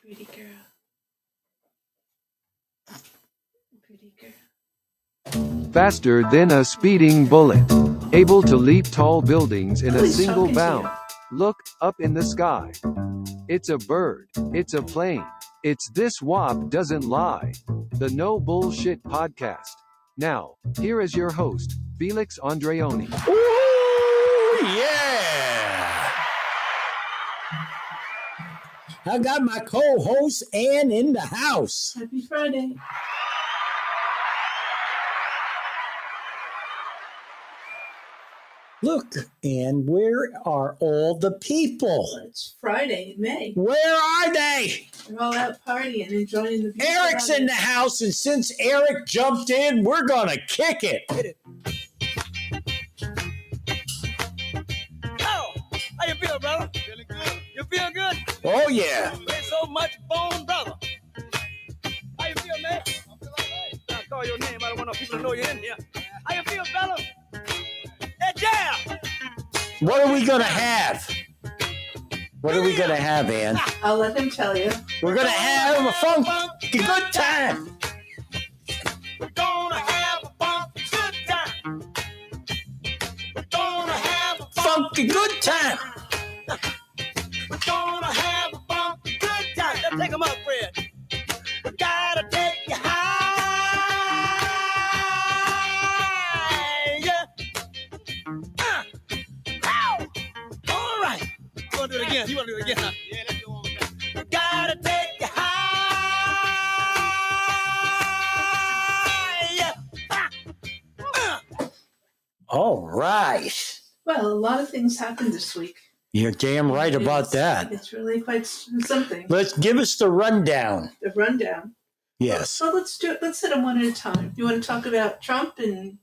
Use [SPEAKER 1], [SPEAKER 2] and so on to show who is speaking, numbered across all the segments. [SPEAKER 1] Pretty girl. Pretty girl.
[SPEAKER 2] faster than a speeding bullet, able to leap tall buildings in
[SPEAKER 1] Who
[SPEAKER 2] a
[SPEAKER 1] is
[SPEAKER 2] single
[SPEAKER 1] talking to you?
[SPEAKER 2] bound. Look up in the sky. It's a bird. It's a plane. It's this WAP doesn't lie. The No Bullshit Podcast. Now, here is your host, Felix Andreoni.
[SPEAKER 3] Ooh, yeah. I got my co-host Ann in the house.
[SPEAKER 1] Happy Friday.
[SPEAKER 3] Look, Ann, where are all the people?
[SPEAKER 1] It's Friday in May.
[SPEAKER 3] Where are they?
[SPEAKER 1] We're all out partying, enjoying the beauty
[SPEAKER 3] Eric's
[SPEAKER 1] of
[SPEAKER 3] in
[SPEAKER 1] it.
[SPEAKER 3] the house, and since Eric jumped in, we're gonna kick it.
[SPEAKER 4] Oh, how you feel, brother? Feeling good. You feel good?
[SPEAKER 3] Oh yeah.
[SPEAKER 4] Play so much bone, brother. How you feel, man? I'm feeling alright. I call your name. I don't want no people to know you're in here. How you feel, fella? Hey, yeah.
[SPEAKER 3] What are we gonna have? What are we gonna have, Ann?
[SPEAKER 1] I'll let them tell you.
[SPEAKER 3] We're gonna have a funky good time.
[SPEAKER 4] We're gonna have a funky good time. We're gonna have a fun.
[SPEAKER 3] Funky good time.
[SPEAKER 4] We're gonna have a funky good time. Now take 'em up, Fred. We gotta take you high. Yeah. Uh, ow. All right. You wanna do it again? You wanna do it again? Huh? Yeah, let's do one We gotta take you high. Yeah. Ah. Uh.
[SPEAKER 3] All right.
[SPEAKER 1] Well, a lot of things happened this week.
[SPEAKER 3] You're damn right
[SPEAKER 1] It's-
[SPEAKER 3] about that.
[SPEAKER 1] It's really quite s- something.
[SPEAKER 3] Let's give us the rundown.
[SPEAKER 1] The rundown.
[SPEAKER 3] Yes.
[SPEAKER 1] So let's do it. Let's hit them one at a time. You want to talk about Trump and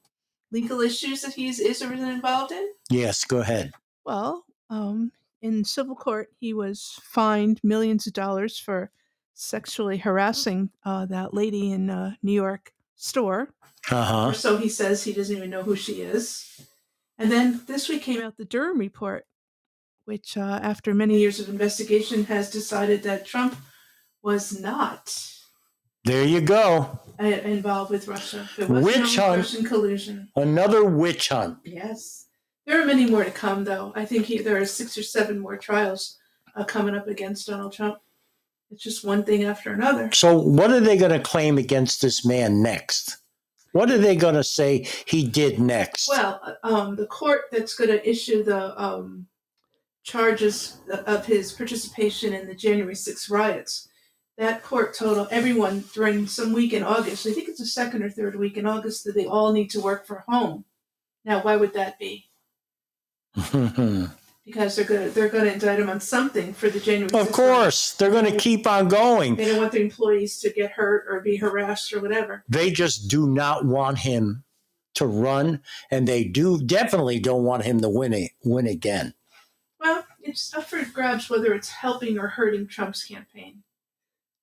[SPEAKER 1] legal issues that he's is or isn't involved in?
[SPEAKER 3] Yes, go ahead.
[SPEAKER 1] Well, um, in civil court, he was fined millions of dollars for sexually harassing uh, that lady in uh, New York store.
[SPEAKER 3] Uh
[SPEAKER 1] Or
[SPEAKER 3] huh.
[SPEAKER 1] so he says. He doesn't even know who she is. And then this week came out the Durham report, which, uh, after many years of investigation, has decided that Trump was not
[SPEAKER 3] There you go.
[SPEAKER 1] uh, involved with Russia. There was
[SPEAKER 3] Witch
[SPEAKER 1] no
[SPEAKER 3] hunt.
[SPEAKER 1] Russian collusion.
[SPEAKER 3] Another witch hunt.
[SPEAKER 1] Yes. There are many more to come, though. I think he, there are six or seven more trials uh, coming up against Donald Trump. It's just one thing after another.
[SPEAKER 3] So, what are they going to claim against this man next? What are they going to say he did next?
[SPEAKER 1] Well, uh, um, the court that's going to issue the um, charges of his participation in the January 6th riots, that court told everyone during some week in August, I think it's the second or third week in August, that they all need to work from home. Now, why would that be? Because they're going to they're going to indict him on something for the January. 6th
[SPEAKER 3] of
[SPEAKER 1] riots.
[SPEAKER 3] course, they're going to keep on going.
[SPEAKER 1] They don't want their employees to get hurt or be harassed or whatever.
[SPEAKER 3] They just do not want him to run, and they do definitely don't want him to win it, win again.
[SPEAKER 1] Well, it's up for grabs whether it's helping or hurting Trump's campaign.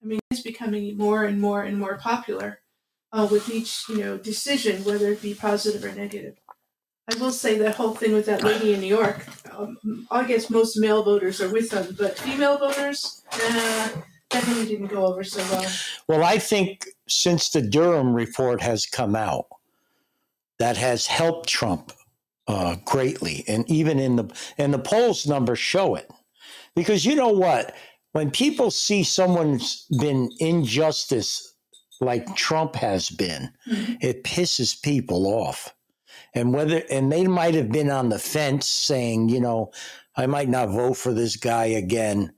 [SPEAKER 1] I mean, he's becoming more and more and more popular uh, with each, you know, decision, whether it be positive or negative. I will say that whole thing with that lady in New York. Um, I guess most male voters are with them, but female voters, uh, definitely didn't go over so well.
[SPEAKER 3] Well, I think since the Durham report has come out, that has helped Trump uh, greatly, and even in the and the polls numbers show it. Because you know what, when people see someone's been injustice like Trump has been, it pisses people off. And whether and they might have been on the fence saying, you know, I might not vote for this guy again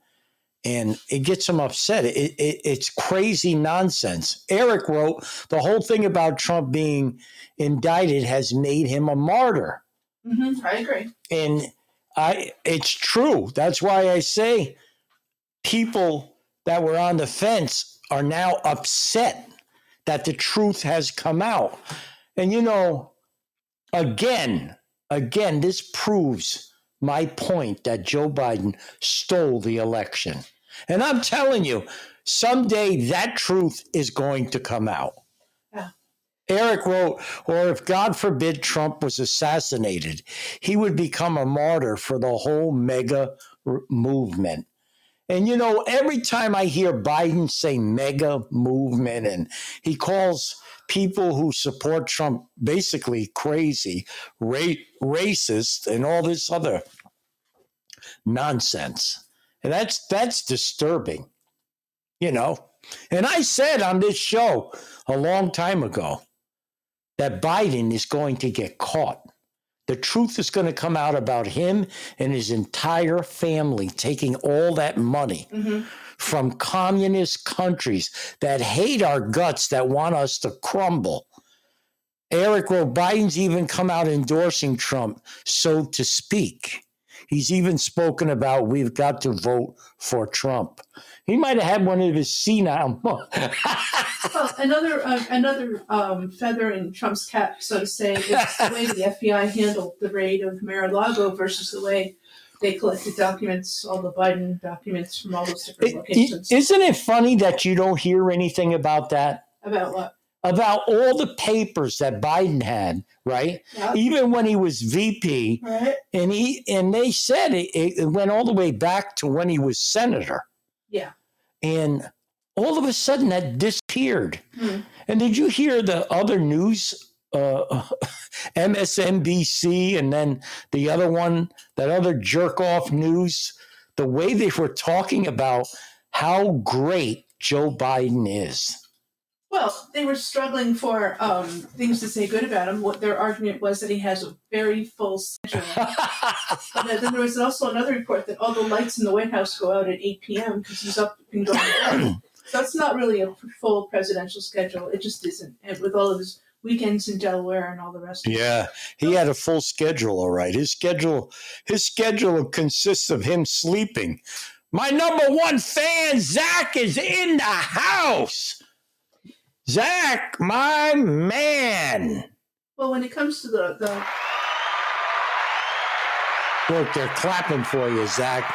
[SPEAKER 3] and it gets them upset. It, it, it's crazy nonsense. Eric wrote the whole thing about Trump being indicted has made him a martyr,
[SPEAKER 1] Mm-hmm. I agree.
[SPEAKER 3] and I it's true. That's why I say people that were on the fence are now upset that the truth has come out, and you know, again, again, this proves my point that Joe Biden stole the election. And I'm telling you, someday that truth is going to come out.
[SPEAKER 1] Yeah.
[SPEAKER 3] Eric wrote, or if God forbid Trump was assassinated, he would become a martyr for the whole mega r- movement. And you know, every time I hear Biden say mega movement and he calls people who support Trump basically crazy, ra- racist, and all this other nonsense. And that's that's disturbing. You know. And I said on this show a long time ago that Biden is going to get caught. The truth is going to come out about him and his entire family taking all that money
[SPEAKER 1] Mhm.
[SPEAKER 3] from communist countries that hate our guts, that want us to crumble. Eric Rowe, Biden's even come out endorsing Trump, so to speak. He's even spoken about we've got to vote for Trump. He might have had one of his senile. mo-
[SPEAKER 1] Well, another uh, another um, feather in Trump's cap, so to say, is the way the FBI handled the raid of Mar-a-Lago versus the way they collected documents, all the Biden documents from all those different
[SPEAKER 3] It- it-
[SPEAKER 1] locations.
[SPEAKER 3] isn't it funny that you don't hear anything about that?
[SPEAKER 1] About what?
[SPEAKER 3] About all the papers that Biden had, right?
[SPEAKER 1] Yeah.
[SPEAKER 3] Even when he was VP,
[SPEAKER 1] Right.
[SPEAKER 3] and he and they said it, it went all the way back to when he was senator.
[SPEAKER 1] Yeah.
[SPEAKER 3] and all of a sudden that disappeared.
[SPEAKER 1] Hmm.
[SPEAKER 3] And did you hear the other news, uh, MSNBC, and then the other one, that other jerk off news? The way they were talking about how great Joe Biden is.
[SPEAKER 1] Well, they were struggling for um, things to say good about him. What their argument was that he has a very full schedule. but then then there was also another report that all the lights in the White House go out at 8 p.m. because he's up and going to bed. so it's not really a full presidential schedule. It just isn't. And with all of his weekends in Delaware and all the rest. of it.
[SPEAKER 3] Yeah, he had a full schedule. All right, his schedule, his schedule consists of him sleeping. My number one fan, Zach, is in the house. Zach, my man.
[SPEAKER 1] Well, when it comes to the, the
[SPEAKER 3] Look, they're clapping for you, Zach.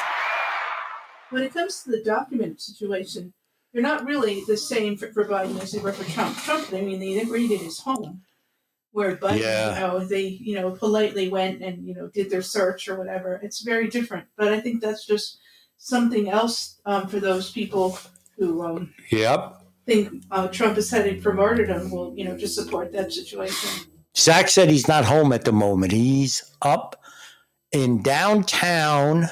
[SPEAKER 1] when it comes to the document situation, they're not really the same for, for Biden as they were for Trump. Trump, I mean, they raided his home, where Biden,
[SPEAKER 3] Yeah.
[SPEAKER 1] you know, they you know politely went and you know did their search or whatever. It's very different, but I think that's just something else um, for those people who um,
[SPEAKER 3] Yep.
[SPEAKER 1] think uh, Trump is headed for martyrdom. Will you know just support that situation?
[SPEAKER 3] Zach said he's not home at the moment. He's up in downtown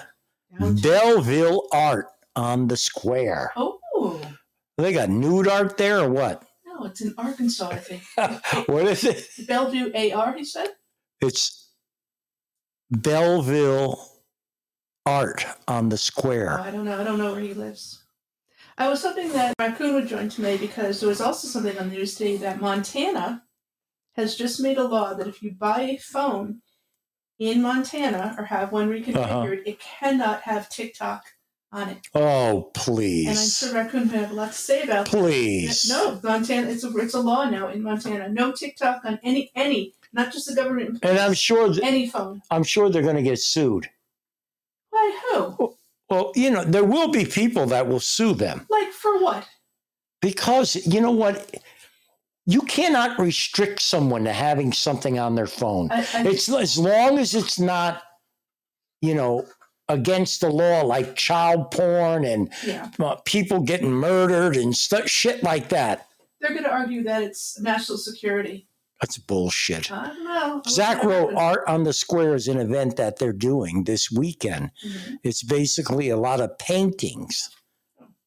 [SPEAKER 3] Belleville Art on the square.
[SPEAKER 1] Oh
[SPEAKER 3] They got nude art there or what?
[SPEAKER 1] no, it's in Arkansas. I think
[SPEAKER 3] what is it?
[SPEAKER 1] Bellevue, AR. He said.
[SPEAKER 3] It's Belleville Art on the
[SPEAKER 1] Oh,
[SPEAKER 3] Square.
[SPEAKER 1] I don't know. I don't know where he lives. I was hoping that Raccoon would join today because there was also something on the news today that Montana has just made a law that if you buy a phone in Montana or have
[SPEAKER 3] Uh-huh.
[SPEAKER 1] one reconfigured, it cannot have TikTok on it.
[SPEAKER 3] Oh,
[SPEAKER 1] And I'm
[SPEAKER 3] please.
[SPEAKER 1] sure Raccoon would have a lot to say about that.
[SPEAKER 3] Please.
[SPEAKER 1] No, Montana. It's a it's a law now in Montana. No TikTok on any any, not just the government.
[SPEAKER 3] And I'm sure th-
[SPEAKER 1] any phone.
[SPEAKER 3] I'm sure they're going to get sued.
[SPEAKER 1] Why who?
[SPEAKER 3] Well, you know, there will be people that will sue them
[SPEAKER 1] Like for what?
[SPEAKER 3] because you know what? You cannot restrict someone to having something on their phone.
[SPEAKER 1] I, I,
[SPEAKER 3] It's as long as it's not, you know, against the law like child porn and
[SPEAKER 1] yeah.
[SPEAKER 3] uh, people getting murdered and stuff, shit like that.
[SPEAKER 1] They're going to argue that it's national security.
[SPEAKER 3] That's bullshit.
[SPEAKER 1] I don't know.
[SPEAKER 3] Zach wrote Art on the Square is an event that they're doing this weekend.
[SPEAKER 1] Mhm.
[SPEAKER 3] It's basically a lot of paintings.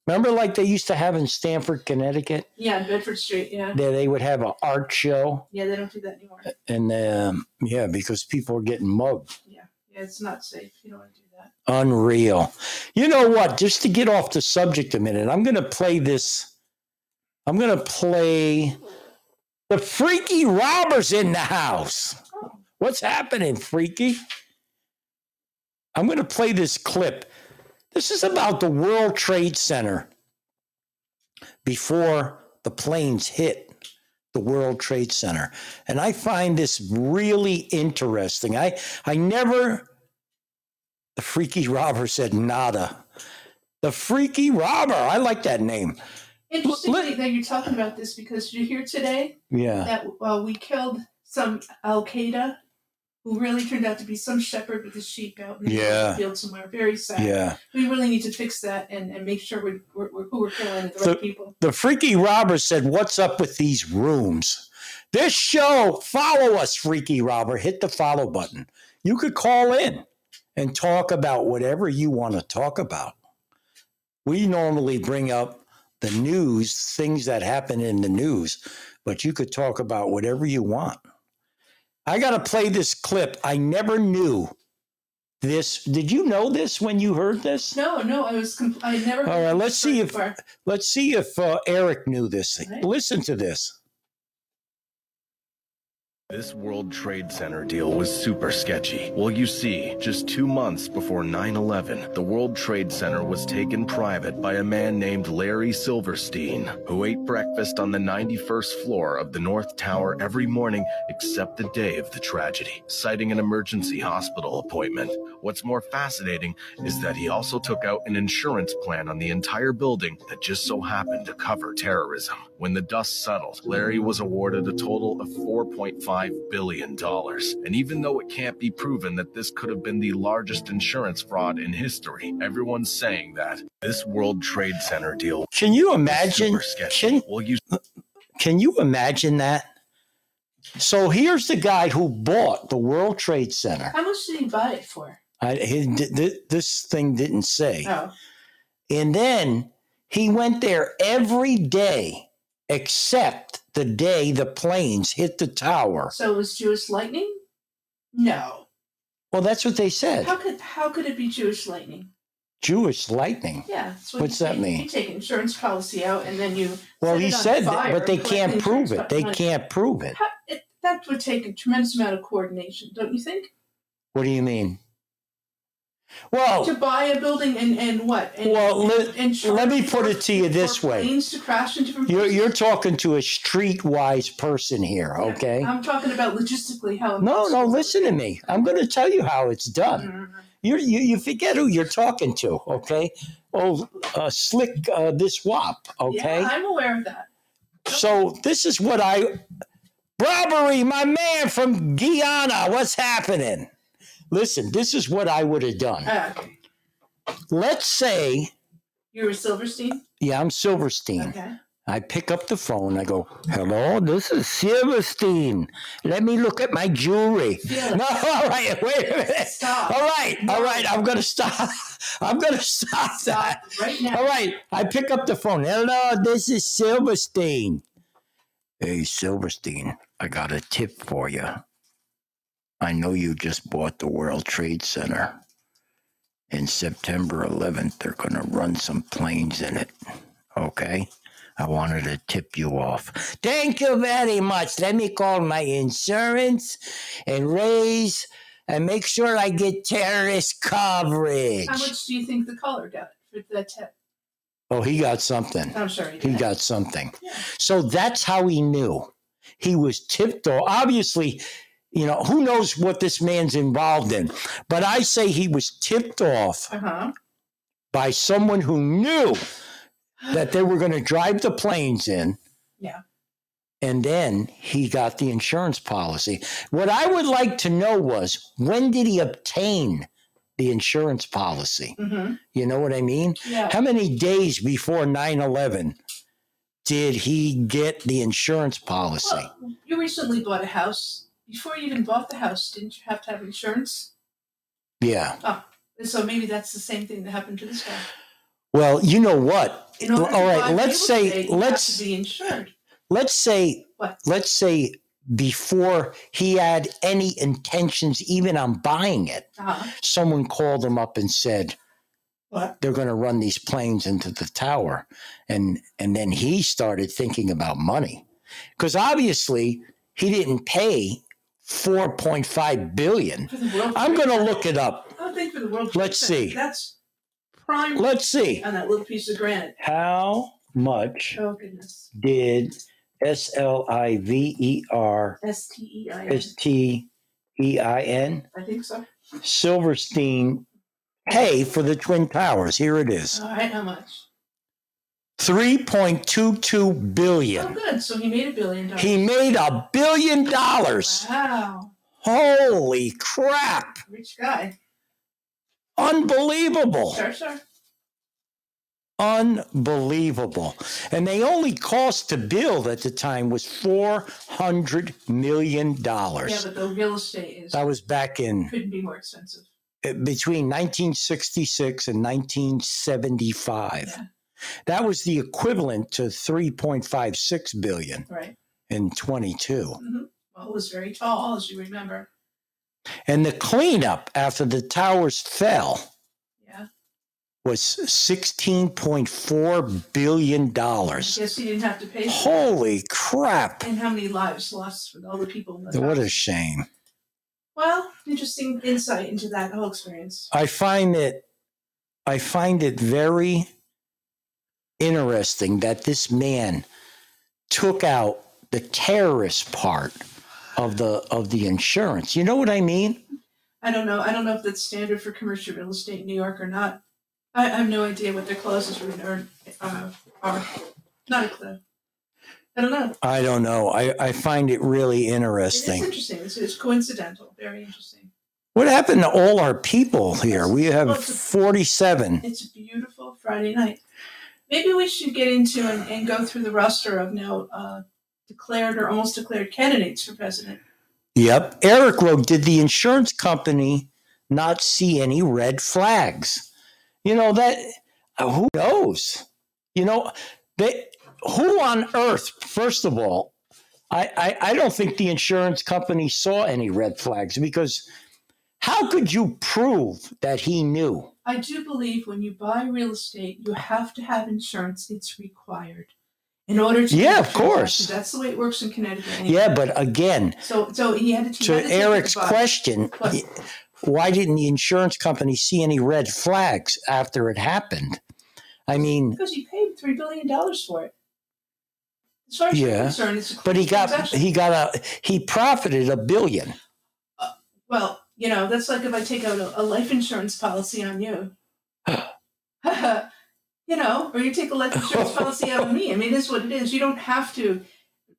[SPEAKER 3] Remember, like they used to have in Stamford, Connecticut,
[SPEAKER 1] Yeah, Bedford Street. Yeah,
[SPEAKER 3] that they would have an art show,
[SPEAKER 1] yeah, they don't do that anymore.
[SPEAKER 3] and um, yeah, because people are getting mugged.
[SPEAKER 1] Yeah, yeah, it's not safe. You don't want to do that.
[SPEAKER 3] Unreal. You know what? Just to get off the subject a minute, I'm going to play this. I'm going to play the Freaky Robbers in the house.
[SPEAKER 1] Oh,
[SPEAKER 3] What's happening, freaky? I'm going to play this clip. This is about the World Trade Center before the planes hit the World Trade Center. And I find this really interesting. I, I never, the freaky robber said nada. The freaky robber. I like that name.
[SPEAKER 1] interestingly,
[SPEAKER 3] let-
[SPEAKER 1] that you're talking about this because you hear today
[SPEAKER 3] Yeah.
[SPEAKER 1] that uh, we killed some Al Qaeda who really turned out to be some shepherd with his sheep out in the
[SPEAKER 3] Yeah.
[SPEAKER 1] field somewhere. Very sad.
[SPEAKER 3] Yeah.
[SPEAKER 1] We really need to fix that and, and make sure we're, we're, we're who we're killing are the
[SPEAKER 3] So-
[SPEAKER 1] right people.
[SPEAKER 3] The Freaky Robber said, What's up with these rooms? This show, follow us, Freaky Robber. Hit the follow button. You could call in and talk about whatever you want to talk about. We normally bring up the news, things that happen in the news, but you could talk about whatever you want. I got to play this clip. I never knew this. Did you know this when you heard this?
[SPEAKER 1] No, no, I was. Compl- I never.
[SPEAKER 3] All
[SPEAKER 1] heard
[SPEAKER 3] right,
[SPEAKER 1] of
[SPEAKER 3] let's
[SPEAKER 1] this
[SPEAKER 3] see if-
[SPEAKER 1] before.
[SPEAKER 3] Let's see if uh, Eric knew this.
[SPEAKER 1] All right.
[SPEAKER 3] Listen to this.
[SPEAKER 5] This World Trade Center deal was super sketchy. Well, you see, just two months before 9 11, the World Trade Center was taken private by a man named Larry Silverstein, who ate breakfast on the 91st floor of the North Tower every morning except the day of the tragedy, citing an emergency hospital appointment. What's more fascinating is that he also took out an insurance plan on the entire building that just so happened to cover terrorism. When the dust settled, Larry was awarded a total of $4.5 billion. And even though it can't be proven that this could have been the largest insurance fraud in history, everyone's saying that this World Trade Center deal. was
[SPEAKER 3] Can you imagine?
[SPEAKER 5] super sketchy.
[SPEAKER 3] Can,
[SPEAKER 5] Well, you
[SPEAKER 3] can you imagine that? So here's the guy who bought the World Trade Center.
[SPEAKER 1] How much did he buy it for?
[SPEAKER 3] I, he, di- thi- this thing didn't say.
[SPEAKER 1] Oh,
[SPEAKER 3] And then he went there every day except the day the planes hit the tower.
[SPEAKER 1] so it was Jewish lightning? No.
[SPEAKER 3] Well, that's what they said.
[SPEAKER 1] How could how could it be Jewish lightning?
[SPEAKER 3] Jewish lightning.
[SPEAKER 1] Yeah. that's what
[SPEAKER 3] What's
[SPEAKER 1] you
[SPEAKER 3] that
[SPEAKER 1] take-
[SPEAKER 3] mean?
[SPEAKER 1] You take insurance policy out and then you. set
[SPEAKER 3] Well, he
[SPEAKER 1] it on
[SPEAKER 3] said that,
[SPEAKER 1] fire
[SPEAKER 3] but they
[SPEAKER 1] and
[SPEAKER 3] can't
[SPEAKER 1] collect
[SPEAKER 3] prove
[SPEAKER 1] insurance
[SPEAKER 3] it. They
[SPEAKER 1] money.
[SPEAKER 3] can't prove it.
[SPEAKER 1] How- it- That would take a tremendous amount of coordination, don't you think?
[SPEAKER 3] What do you mean? Well,
[SPEAKER 1] To buy a building and, and what? And,
[SPEAKER 3] Oh. Well, let-
[SPEAKER 1] and charge
[SPEAKER 3] let me put
[SPEAKER 1] for-
[SPEAKER 3] it to you
[SPEAKER 1] for
[SPEAKER 3] this way.
[SPEAKER 1] Planes to crash into different
[SPEAKER 3] You're,
[SPEAKER 1] places?
[SPEAKER 3] you're talking to a streetwise person here, okay?
[SPEAKER 1] I'm talking about logistically how.
[SPEAKER 3] No, no,
[SPEAKER 1] impossible.
[SPEAKER 3] listen to me. I'm going to tell you how it's done.
[SPEAKER 1] Mm.
[SPEAKER 3] You're, you you forget who you're talking to, okay? Oh, uh, slick uh, this wop, okay?
[SPEAKER 1] Yeah, I'm aware of that.
[SPEAKER 3] So this is what I. Robbery, my man from Guyana. What's happening? Listen, this is what I would have done.
[SPEAKER 1] Ah, okay.
[SPEAKER 3] Let's say,
[SPEAKER 1] You're a Silverstein.
[SPEAKER 3] yeah, I'm Silverstein.
[SPEAKER 1] Okay.
[SPEAKER 3] I pick up the phone. I go, "Hello, this is Silverstein. Let me look at my jewelry."
[SPEAKER 1] Feel it.
[SPEAKER 3] No, all right, wait a minute.
[SPEAKER 1] Stop.
[SPEAKER 3] All right, all right. I'm gonna stop. I'm gonna stop that.
[SPEAKER 1] Stop right now.
[SPEAKER 3] All right. I pick up the phone. Hello, this is Silverstein. Hey, Silverstein, I got a tip for you. I know you just bought the World Trade Center. In September 11th, they're going to run some planes in it. Okay? I wanted to tip you off. Thank you very much. Let me call my insurance and raise and make sure I get terrorist coverage.
[SPEAKER 1] How much do you think the caller got for that tip?
[SPEAKER 3] Oh, he got something.
[SPEAKER 1] I'm sorry.
[SPEAKER 3] He got something.
[SPEAKER 1] Yeah.
[SPEAKER 3] So that's how he knew. He was tipped off. Obviously, you know, who knows what this man's involved in, but I say he was tipped off
[SPEAKER 1] Uh huh.
[SPEAKER 3] by someone who knew that they were going to drive the planes in.
[SPEAKER 1] Yeah.
[SPEAKER 3] And then he got the insurance policy. What I would like to know was when did he obtain the insurance policy?
[SPEAKER 1] hmm
[SPEAKER 3] You know what I mean?
[SPEAKER 1] Yeah.
[SPEAKER 3] How many days before 9 11 did he get the insurance policy?
[SPEAKER 1] Well, you recently bought a house. Before you even bought the house, didn't you have to have insurance?
[SPEAKER 3] yeah.
[SPEAKER 1] And so maybe that's the same thing that happened to this guy.
[SPEAKER 3] Well, you know what?
[SPEAKER 1] In order to
[SPEAKER 3] All right,
[SPEAKER 1] buy
[SPEAKER 3] let's
[SPEAKER 1] real
[SPEAKER 3] say-
[SPEAKER 1] estate, you have
[SPEAKER 3] let's-
[SPEAKER 1] to be insured.
[SPEAKER 3] Let's say,
[SPEAKER 1] What?
[SPEAKER 3] let's say before he had any intentions even on buying it,
[SPEAKER 1] Uh-huh.
[SPEAKER 3] someone called him up and said,
[SPEAKER 1] What?
[SPEAKER 3] they're going to run these planes into the tower and and then he started thinking about money cuz obviously he didn't pay 4.5 billion
[SPEAKER 1] For the world.
[SPEAKER 3] I'm going to look it up
[SPEAKER 1] I think for the world.
[SPEAKER 3] Let's see.
[SPEAKER 1] That's prime
[SPEAKER 3] Let's see.
[SPEAKER 1] on that little piece of granite.
[SPEAKER 3] How much
[SPEAKER 1] Oh goodness.
[SPEAKER 3] did S L I V E R
[SPEAKER 1] S T E I N.
[SPEAKER 3] S T E I N
[SPEAKER 1] I think so.
[SPEAKER 3] Silverstein pay for the Twin Towers? Here it is.
[SPEAKER 1] All right. How much?
[SPEAKER 3] $3.22
[SPEAKER 1] Oh,
[SPEAKER 3] billion.
[SPEAKER 1] good. So he made a billion dollars.
[SPEAKER 3] He made a billion dollars.
[SPEAKER 1] Wow.
[SPEAKER 3] Holy crap!
[SPEAKER 1] Rich guy.
[SPEAKER 3] Unbelievable.
[SPEAKER 1] Sure, sure.
[SPEAKER 3] Unbelievable. And they only cost to build at the time was $400 million.
[SPEAKER 1] Yeah,
[SPEAKER 3] That
[SPEAKER 1] but the real estate is
[SPEAKER 3] was back in
[SPEAKER 1] couldn't be more expensive.
[SPEAKER 3] between 1966 and 1975.
[SPEAKER 1] Yeah.
[SPEAKER 3] That was the equivalent to 3.56 billion
[SPEAKER 1] Right.
[SPEAKER 3] in 22.
[SPEAKER 1] Well, it was very tall, as you remember.
[SPEAKER 3] And the cleanup after the towers fell
[SPEAKER 1] Yeah.
[SPEAKER 3] was $16.4 billion.
[SPEAKER 1] I guess he didn't have to pay. For it.
[SPEAKER 3] Holy crap.
[SPEAKER 1] And how many lives lost with all the people? In the
[SPEAKER 3] What a
[SPEAKER 1] house.
[SPEAKER 3] shame.
[SPEAKER 1] Well, interesting insight into that whole experience.
[SPEAKER 3] I find it I find it very interesting that this man took out the terrorist part of the of the insurance. You know what I mean?
[SPEAKER 1] I don't know. I don't know if that's standard for commercial real estate in New York or not. I, I have no idea what their clauses were or, uh, are. Not a clue. I don't know.
[SPEAKER 3] I don't know. I, I find it really
[SPEAKER 1] It's
[SPEAKER 3] interesting.
[SPEAKER 1] interesting. It's, it's coincidental. Very interesting.
[SPEAKER 3] What happened to all our people here? We have 47.
[SPEAKER 1] It's a beautiful Friday night. Maybe we should get into and, and go through the roster of now uh, declared or almost declared candidates for president.
[SPEAKER 3] Yep. Eric wrote, Did the insurance company not see any red flags? You know, that uh, who knows? You know, they who on earth, first of all, I, I, I don't think the insurance company saw any red flags because how could you prove that he knew?
[SPEAKER 1] I do believe when you buy real estate, you have to have insurance. It's required in order to. do
[SPEAKER 3] Yeah, of
[SPEAKER 1] the
[SPEAKER 3] course.
[SPEAKER 1] transaction. That's the way it works in Connecticut. anyway.
[SPEAKER 3] Yeah, but again,
[SPEAKER 1] So, so he had to. he
[SPEAKER 3] to
[SPEAKER 1] had to take
[SPEAKER 3] Eric's
[SPEAKER 1] the box.
[SPEAKER 3] question,
[SPEAKER 1] What?
[SPEAKER 3] why didn't the insurance company see any red flags after it happened? I mean,
[SPEAKER 1] because he paid three billion dollars for it. As far as you're
[SPEAKER 3] Yeah,
[SPEAKER 1] concerned, it's a
[SPEAKER 3] but he
[SPEAKER 1] clean
[SPEAKER 3] got
[SPEAKER 1] transaction.
[SPEAKER 3] he got a he profited a billion.
[SPEAKER 1] Well, you know, that's like if I take out a, a life insurance policy on you. you know, or you take a life insurance policy out on me. I mean, it is what it is. You don't have to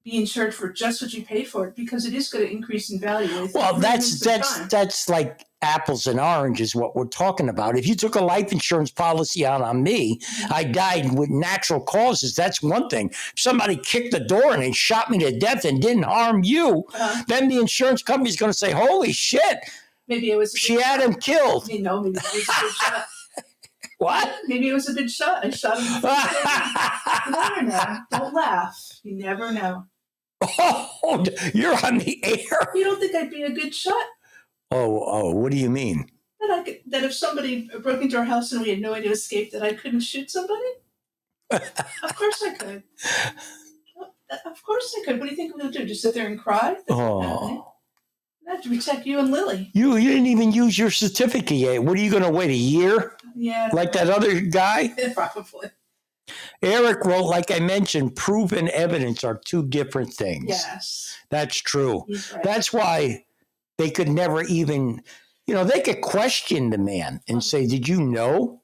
[SPEAKER 1] be insured for just what you pay for it because it is going to increase in value. with
[SPEAKER 3] Well, that's
[SPEAKER 1] improvements of
[SPEAKER 3] that's
[SPEAKER 1] time.
[SPEAKER 3] that's like apples and oranges what we're talking about. If you took a life insurance policy out on me, I died with natural causes. That's one thing. If somebody kicked the door in and shot me to death and didn't harm you,
[SPEAKER 1] Uh,
[SPEAKER 3] then the insurance company's going to say, "Holy shit,
[SPEAKER 1] maybe it was. a
[SPEAKER 3] she
[SPEAKER 1] good
[SPEAKER 3] had
[SPEAKER 1] shot.
[SPEAKER 3] him killed."
[SPEAKER 1] You know, maybe it was a good shot.
[SPEAKER 3] What?
[SPEAKER 1] Maybe it was a good shot. I shot him. You never know. Don't laugh. You never know.
[SPEAKER 3] Oh, you're on the air.
[SPEAKER 1] You don't think I'd be a good shot?
[SPEAKER 3] Oh, oh, what do you mean?
[SPEAKER 1] That I could, that if somebody broke into our house and we had no way to escape, that I couldn't shoot somebody? of course I could. Of course I could. What do you think I'm going to do? Just sit there and cry?
[SPEAKER 3] Oh,
[SPEAKER 1] I have to protect you and Lily.
[SPEAKER 3] you, you didn't even use your certificate yet. What are you going to wait a year
[SPEAKER 1] Yeah,
[SPEAKER 3] like that other guy?
[SPEAKER 1] probably.
[SPEAKER 3] Eric wrote, like I mentioned, proof and evidence are two different things.
[SPEAKER 1] Yes,
[SPEAKER 3] That's true.
[SPEAKER 1] he's right.
[SPEAKER 3] That's why they could never even, you know, they could question the man and say, Did you know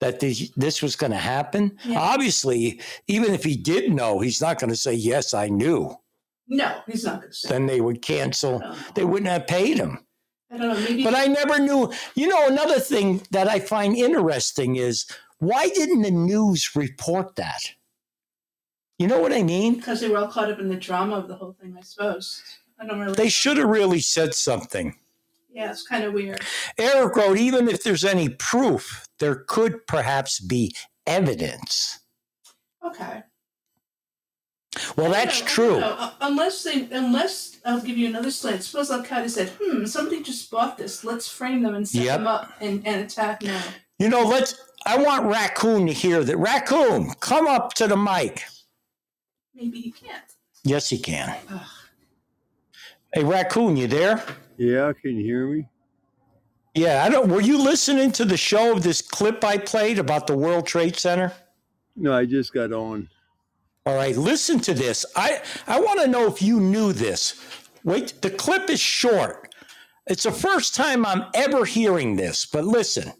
[SPEAKER 3] that this, this was going to happen?
[SPEAKER 1] Yeah.
[SPEAKER 3] Obviously, even if he did know, he's not going to say, Yes, I knew.
[SPEAKER 1] no, he's not going to say.
[SPEAKER 3] Then they would cancel,
[SPEAKER 1] No.
[SPEAKER 3] they wouldn't have paid him.
[SPEAKER 1] I don't know. Maybe
[SPEAKER 3] But I never knew. You know, another thing that I find interesting is why didn't the news report that? You know what I mean?
[SPEAKER 1] because they were all caught up in the drama of the whole thing, I suppose. I don't really.
[SPEAKER 3] They should have really said something.
[SPEAKER 1] yeah, it's kind of weird.
[SPEAKER 3] Eric wrote, even if there's any proof, there could perhaps be evidence.
[SPEAKER 1] Okay.
[SPEAKER 3] Well, that's
[SPEAKER 1] No, I don't
[SPEAKER 3] true.
[SPEAKER 1] know. Uh, Unless they, unless I'll give you another slant. Suppose Al Qaeda said, "Hmm, somebody just bought this. Let's frame them and set
[SPEAKER 3] Yep.
[SPEAKER 1] them up and, and attack now."
[SPEAKER 3] You know, let's. I want Raccoon to hear that. Raccoon, come up to the mic.
[SPEAKER 1] Maybe he can't.
[SPEAKER 3] Yes, he can.
[SPEAKER 1] Ugh.
[SPEAKER 3] Hey, Raccoon, you there?
[SPEAKER 6] Yeah, can you hear me?
[SPEAKER 3] Yeah, I don't. Were you listening to the show of this clip I played about the World Trade Center?
[SPEAKER 6] No, I just got on.
[SPEAKER 3] All right, listen to this. I I want to know if you knew this. Wait, the clip is short. It's the first time I'm ever hearing this, but listen.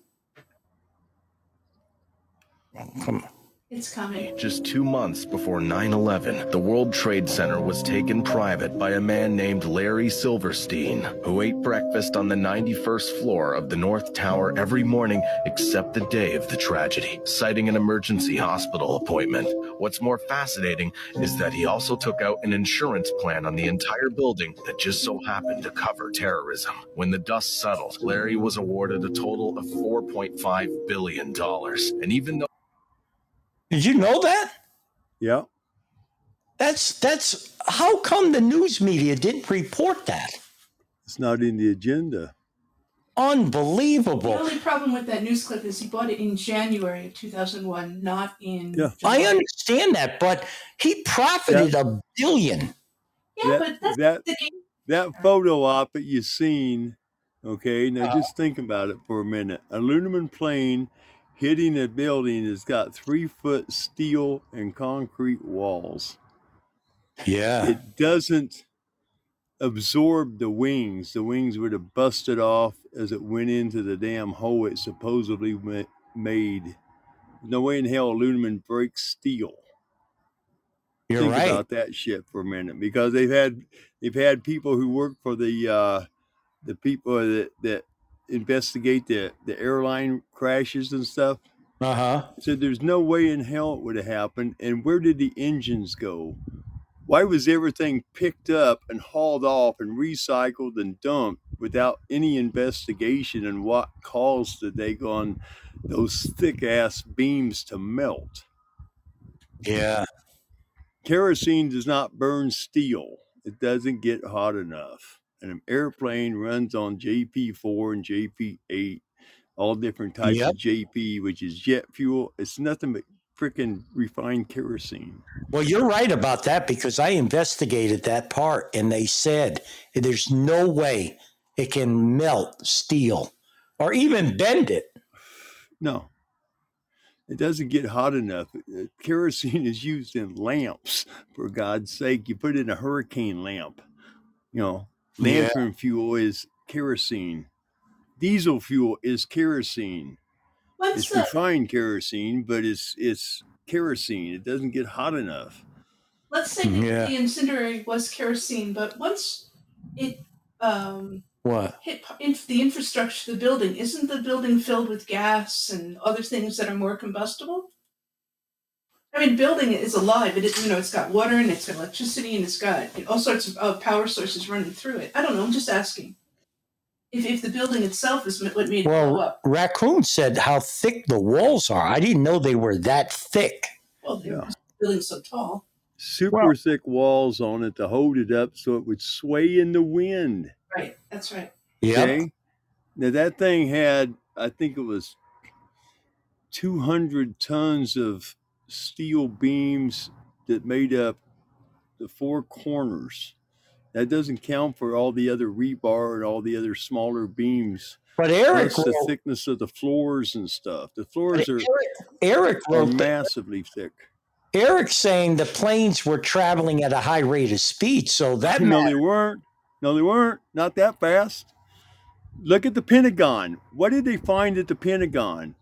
[SPEAKER 3] Come on.
[SPEAKER 1] It's coming.
[SPEAKER 5] Just two months before 9 11, the World Trade Center was taken private by a man named Larry Silverstein, who ate breakfast on the 91st floor of the North Tower every morning except the day of the tragedy, citing an emergency hospital appointment. What's more fascinating is that he also took out an insurance plan on the entire building that just so happened to cover terrorism. When the dust settled, Larry was awarded a total of $4.5 billion. And even though
[SPEAKER 3] Did you know that?
[SPEAKER 6] Yeah.
[SPEAKER 3] That's that's how come the news media didn't report that?
[SPEAKER 6] It's not in the agenda.
[SPEAKER 1] The
[SPEAKER 3] Unbelievable.
[SPEAKER 1] only problem with that news clip is he bought it in January of 2001, not in.
[SPEAKER 6] Yeah.
[SPEAKER 3] I
[SPEAKER 1] July.
[SPEAKER 3] understand that, but he profited a billion.
[SPEAKER 1] Yeah,
[SPEAKER 6] That-
[SPEAKER 1] but that's
[SPEAKER 6] that-
[SPEAKER 1] the game.
[SPEAKER 6] That photo op that you seen, okay, now just think about it for a minute. Aluminum plane hitting a building that's got three foot steel and concrete walls.
[SPEAKER 3] Yeah.
[SPEAKER 6] It doesn't absorb the wings. The wings would have busted off as it went into the damn hole it supposedly ma- made. No way in hell aluminum breaks steel.
[SPEAKER 3] You're
[SPEAKER 6] think
[SPEAKER 3] right.
[SPEAKER 6] about that shit for a minute because they've had they've had people who work for the uh, the people that that investigate the the airline crashes and stuff
[SPEAKER 3] Uh-huh.
[SPEAKER 6] said there's no way in hell it would have happened and where did the engines go why was everything picked up and hauled off and recycled and dumped without any investigation and what caused the dagon those thick ass beams to melt
[SPEAKER 3] Yeah.
[SPEAKER 6] kerosene does not burn steel. It doesn't get hot enough. And an airplane runs on JP4 and JP8, all different types
[SPEAKER 3] Yep.
[SPEAKER 6] of JP, which is jet fuel. It's nothing but freaking refined kerosene.
[SPEAKER 3] Well, you're right about that because I investigated that part and they said there's no way it can melt steel or even bend it.
[SPEAKER 6] No, it doesn't get hot enough. Uh, Kerosene is used in lamps, for God's sake. You put it in a hurricane lamp, you know,
[SPEAKER 3] Yeah.
[SPEAKER 6] lantern fuel is kerosene, diesel fuel is kerosene.
[SPEAKER 1] What's
[SPEAKER 6] it's
[SPEAKER 1] the
[SPEAKER 6] refined kerosene, but it's it's kerosene. It doesn't get hot enough.
[SPEAKER 1] let's say
[SPEAKER 3] Yeah.
[SPEAKER 1] the incendiary was kerosene, but once it um,
[SPEAKER 3] What?
[SPEAKER 1] hit p- inf- the infrastructure of the building, isn't the building filled with gas and other things that are more combustible? I mean, building is alive. It is, you know, it's got water and it's got electricity and it's got all sorts of uh, power sources running through it. I don't know. I'm just asking. If, if the building itself is what made it blow
[SPEAKER 3] Well,
[SPEAKER 1] up,
[SPEAKER 3] Raccoon said how thick the walls are. I didn't know they were that thick.
[SPEAKER 1] well, the
[SPEAKER 6] Yeah.
[SPEAKER 1] building's so tall,
[SPEAKER 6] Super
[SPEAKER 3] Well-
[SPEAKER 6] thick walls on it to hold it up so it would sway in the wind.
[SPEAKER 1] right? That's right.
[SPEAKER 6] Okay. Now that thing had, I think it was 200 tons of steel beams that made up the four corners. That doesn't count for all the other rebar and all the other smaller beams.
[SPEAKER 3] But Eric,
[SPEAKER 6] Plus the
[SPEAKER 3] wrote-
[SPEAKER 6] thickness of the floors and stuff. The floors are
[SPEAKER 3] Eric, Eric
[SPEAKER 6] are
[SPEAKER 3] wrote that
[SPEAKER 6] massively thick.
[SPEAKER 3] Eric saying the planes were traveling at a high rate of speed, so that
[SPEAKER 6] No,
[SPEAKER 3] meant
[SPEAKER 6] they weren't. No, they weren't. Not that fast. Look at the Pentagon. What did they find at the Pentagon?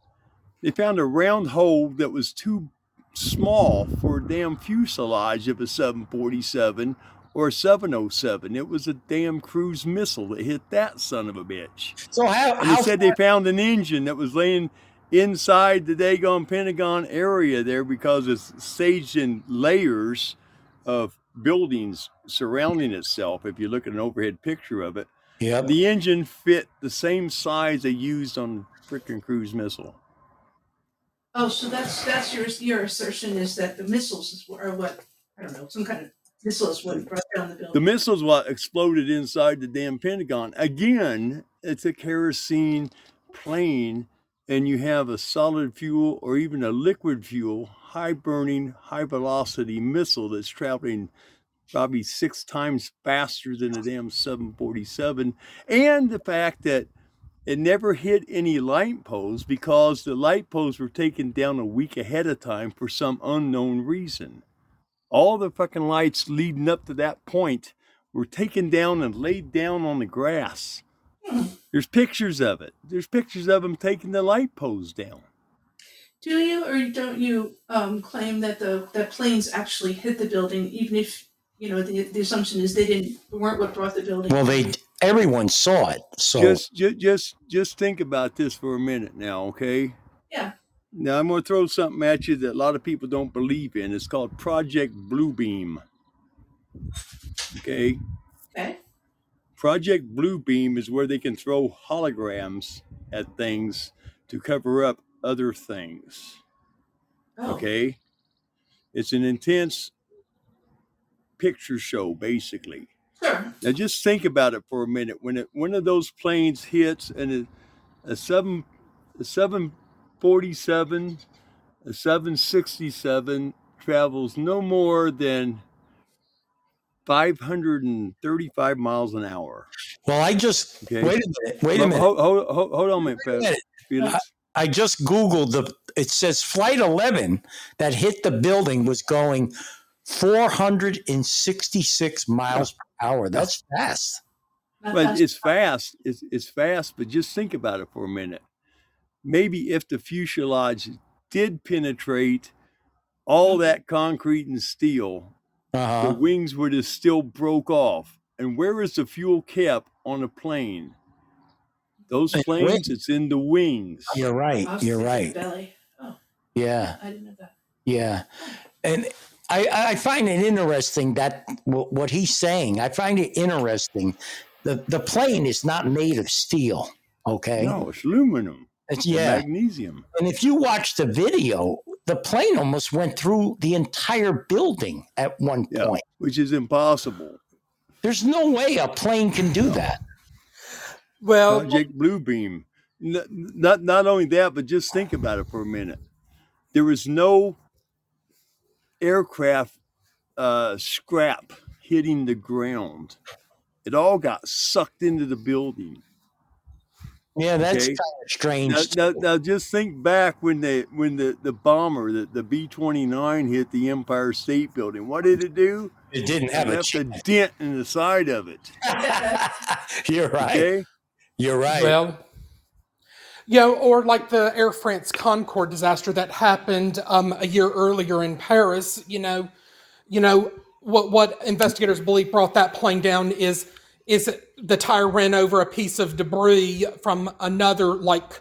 [SPEAKER 6] They found a round hole that was too small for a damn fuselage of a 747 or a 707. It was a damn cruise missile that hit that son of a bitch.
[SPEAKER 3] so how,
[SPEAKER 6] And they
[SPEAKER 3] how
[SPEAKER 6] said they found an engine that was laying inside the Dagon Pentagon area there because it's staged in layers of buildings surrounding itself. If you look at an overhead picture of it,
[SPEAKER 3] Yep.
[SPEAKER 6] the engine fit the same size they used on the frickin' cruise missile.
[SPEAKER 1] Oh, so that's that's your your assertion is that the missiles is, are what I don't know some kind of missile is what brought down the
[SPEAKER 6] The
[SPEAKER 1] building.
[SPEAKER 6] missiles what exploded inside the damn Pentagon. Again, it's a kerosene plane, and you have a solid fuel or even a liquid fuel, high burning, high velocity missile that's traveling probably six times faster than the damn 747. And the fact that it never hit any light poles because the light poles were taken down a week ahead of time for some unknown reason. All the fucking lights leading up to that point were taken down and laid down on the grass. There's pictures of it. There's pictures of them taking the light poles down.
[SPEAKER 1] Do you or don't you um, claim that the that planes actually hit the building, even if you know the, the assumption is they didn't weren't what brought the building?
[SPEAKER 3] Well, they everyone saw it, so
[SPEAKER 6] Just, just, just, just think about this for a minute now, okay?
[SPEAKER 1] Yeah.
[SPEAKER 6] Now I'm going to throw something at you that a lot of people don't believe in. It's called Project Bluebeam. Okay.
[SPEAKER 1] okay.
[SPEAKER 6] Project Bluebeam is where they can throw holograms at things to cover up other things.
[SPEAKER 1] Oh,
[SPEAKER 6] Okay. It's an intense picture show, basically.
[SPEAKER 1] Sure.
[SPEAKER 6] Now just think about it for a minute. When it, one of those planes hits and a, a seven a seven forty seven, a seven sixty seven travels no more than five hundred and thirty five miles an hour.
[SPEAKER 3] well, I just
[SPEAKER 6] Okay.
[SPEAKER 3] wait a minute. Wait a
[SPEAKER 6] Well,
[SPEAKER 3] minute.
[SPEAKER 6] Hold, hold, hold, hold on a minute, Fe-
[SPEAKER 3] minute.
[SPEAKER 6] Felix.
[SPEAKER 3] I just googled the. It says flight 11 that hit the building was going 466 miles per hour. That's fast.
[SPEAKER 1] Not
[SPEAKER 6] But
[SPEAKER 1] fast.
[SPEAKER 6] it's fast. It's, it's fast. But just think about it for a minute. Maybe if the fuselage did penetrate all that concrete and steel, the
[SPEAKER 3] Mm-hmm. Uh-huh.
[SPEAKER 6] wings would have still broke off. And where is the fuel kept on a plane? Those
[SPEAKER 3] In the wing.
[SPEAKER 6] planes, it's in the wings.
[SPEAKER 3] You're right.
[SPEAKER 1] I was
[SPEAKER 3] You're
[SPEAKER 1] thinking
[SPEAKER 3] right.
[SPEAKER 1] Belly. Oh,
[SPEAKER 3] Yeah.
[SPEAKER 1] I didn't know that.
[SPEAKER 3] Yeah. And I, I find it interesting that wh- what he's saying, I find it interesting. The, the plane is not made of steel. Okay.
[SPEAKER 6] No, it's aluminum,
[SPEAKER 3] It's,
[SPEAKER 6] and
[SPEAKER 3] yeah.
[SPEAKER 6] magnesium.
[SPEAKER 3] And if you watch the video, the plane almost went through the entire building at one
[SPEAKER 6] Yeah.
[SPEAKER 3] point.
[SPEAKER 6] which is impossible.
[SPEAKER 3] There's no way a plane can do that.
[SPEAKER 7] Well,
[SPEAKER 6] Project Bluebeam. N- Not not only that, but just think about it for a minute. There was no aircraft uh, scrap hitting the ground. It all got sucked into the building.
[SPEAKER 3] Yeah, that's
[SPEAKER 6] Okay.
[SPEAKER 3] kind of strange.
[SPEAKER 6] Now, now,
[SPEAKER 3] too.
[SPEAKER 6] now just think back when they when the, the bomber, the, the B twenty nine hit the Empire State Building. What did it do?
[SPEAKER 3] it didn't
[SPEAKER 6] It
[SPEAKER 3] have a
[SPEAKER 6] left a dent in the side of it.
[SPEAKER 3] chance. You're right.
[SPEAKER 6] Okay?
[SPEAKER 3] You're right.
[SPEAKER 7] well, yeah, or like the Air France Concorde disaster that happened um, a year earlier in Paris. You know, you know what what investigators believe brought that plane down is is the tire ran over a piece of debris from another like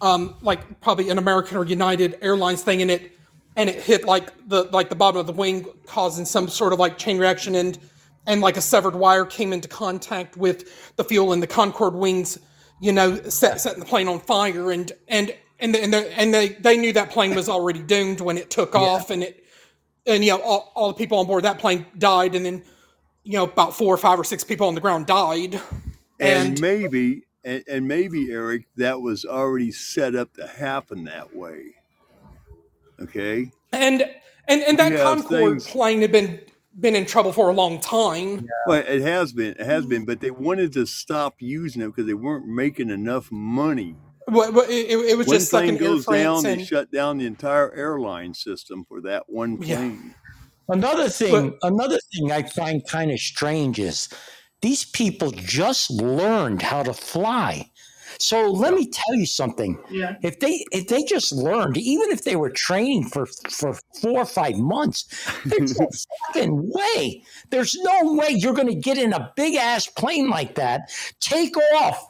[SPEAKER 7] um, like probably an American or United Airlines thing, and it and it hit like the like the bottom of the wing, causing some sort of like chain reaction, and and like a severed wire came into contact with the fuel, and the Concorde wings, you know, set setting the plane on fire, and and and the, and, the, and they they knew that plane was already doomed when it took off, and it and you know all, all the people on board that plane died, and then you know about four or five or six people on the ground died,
[SPEAKER 6] and
[SPEAKER 7] and
[SPEAKER 6] maybe and, and maybe eric that was already set up to happen that way okay
[SPEAKER 7] and and and that
[SPEAKER 6] you have
[SPEAKER 7] Concorde
[SPEAKER 6] things
[SPEAKER 7] plane had been been in trouble for a long time.
[SPEAKER 6] well it has been it has been but they wanted to stop using it because they weren't making enough money
[SPEAKER 7] Well, well, it, it it was
[SPEAKER 6] one
[SPEAKER 7] just like
[SPEAKER 6] plane
[SPEAKER 7] an Air
[SPEAKER 6] goes
[SPEAKER 7] France
[SPEAKER 6] down they
[SPEAKER 7] and
[SPEAKER 6] shut down the entire airline system for that one
[SPEAKER 7] yeah,
[SPEAKER 6] plane
[SPEAKER 3] Another
[SPEAKER 7] but
[SPEAKER 3] thing, another thing I find kind of strange is these people just learned how to fly. So let
[SPEAKER 6] yeah
[SPEAKER 3] me tell you something.
[SPEAKER 1] Yeah.
[SPEAKER 3] If they if they just learned, even if they were training for for four or five months, there's no fucking way. There's no way you're going to get in a big ass plane like that, take off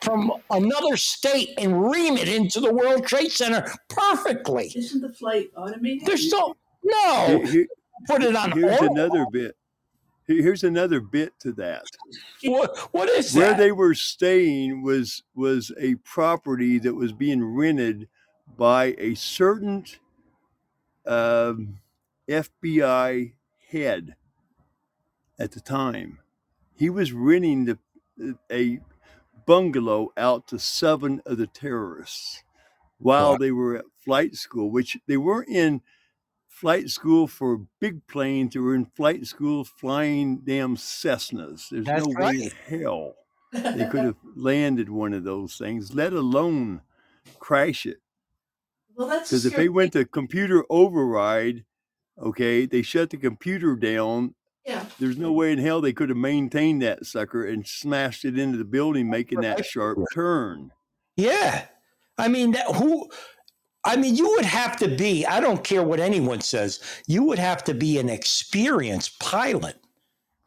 [SPEAKER 3] from another state, and ream it into the World Trade Center perfectly.
[SPEAKER 1] Isn't the flight automated?
[SPEAKER 3] There's no
[SPEAKER 6] Here-
[SPEAKER 3] no
[SPEAKER 6] here-
[SPEAKER 3] put it on
[SPEAKER 6] here's
[SPEAKER 3] auto.
[SPEAKER 6] another bit Here- here's another bit to that
[SPEAKER 3] What what is
[SPEAKER 6] where
[SPEAKER 3] that?
[SPEAKER 6] they were staying was was a property that was being rented by a certain um, FBI head at the time. He was renting the, a bungalow out to seven of the terrorists
[SPEAKER 3] Wow.
[SPEAKER 6] while they were at flight school, which they weren't in flight school for big planes. They were in flight school flying damn Cessnas. There's
[SPEAKER 3] That's
[SPEAKER 6] no way in
[SPEAKER 3] right.
[SPEAKER 6] hell they could have landed one of those things, let alone crash it.
[SPEAKER 1] well, that's
[SPEAKER 6] Because if
[SPEAKER 1] scary.
[SPEAKER 6] they went to computer override, okay, they shut the computer down.
[SPEAKER 1] Yeah.
[SPEAKER 6] There's no way in hell they could have maintained that sucker and smashed it into the building, making that sharp turn.
[SPEAKER 3] Yeah. I mean, that, who? I mean, you would have to be, I don't care what anyone says, you would have to be an experienced pilot.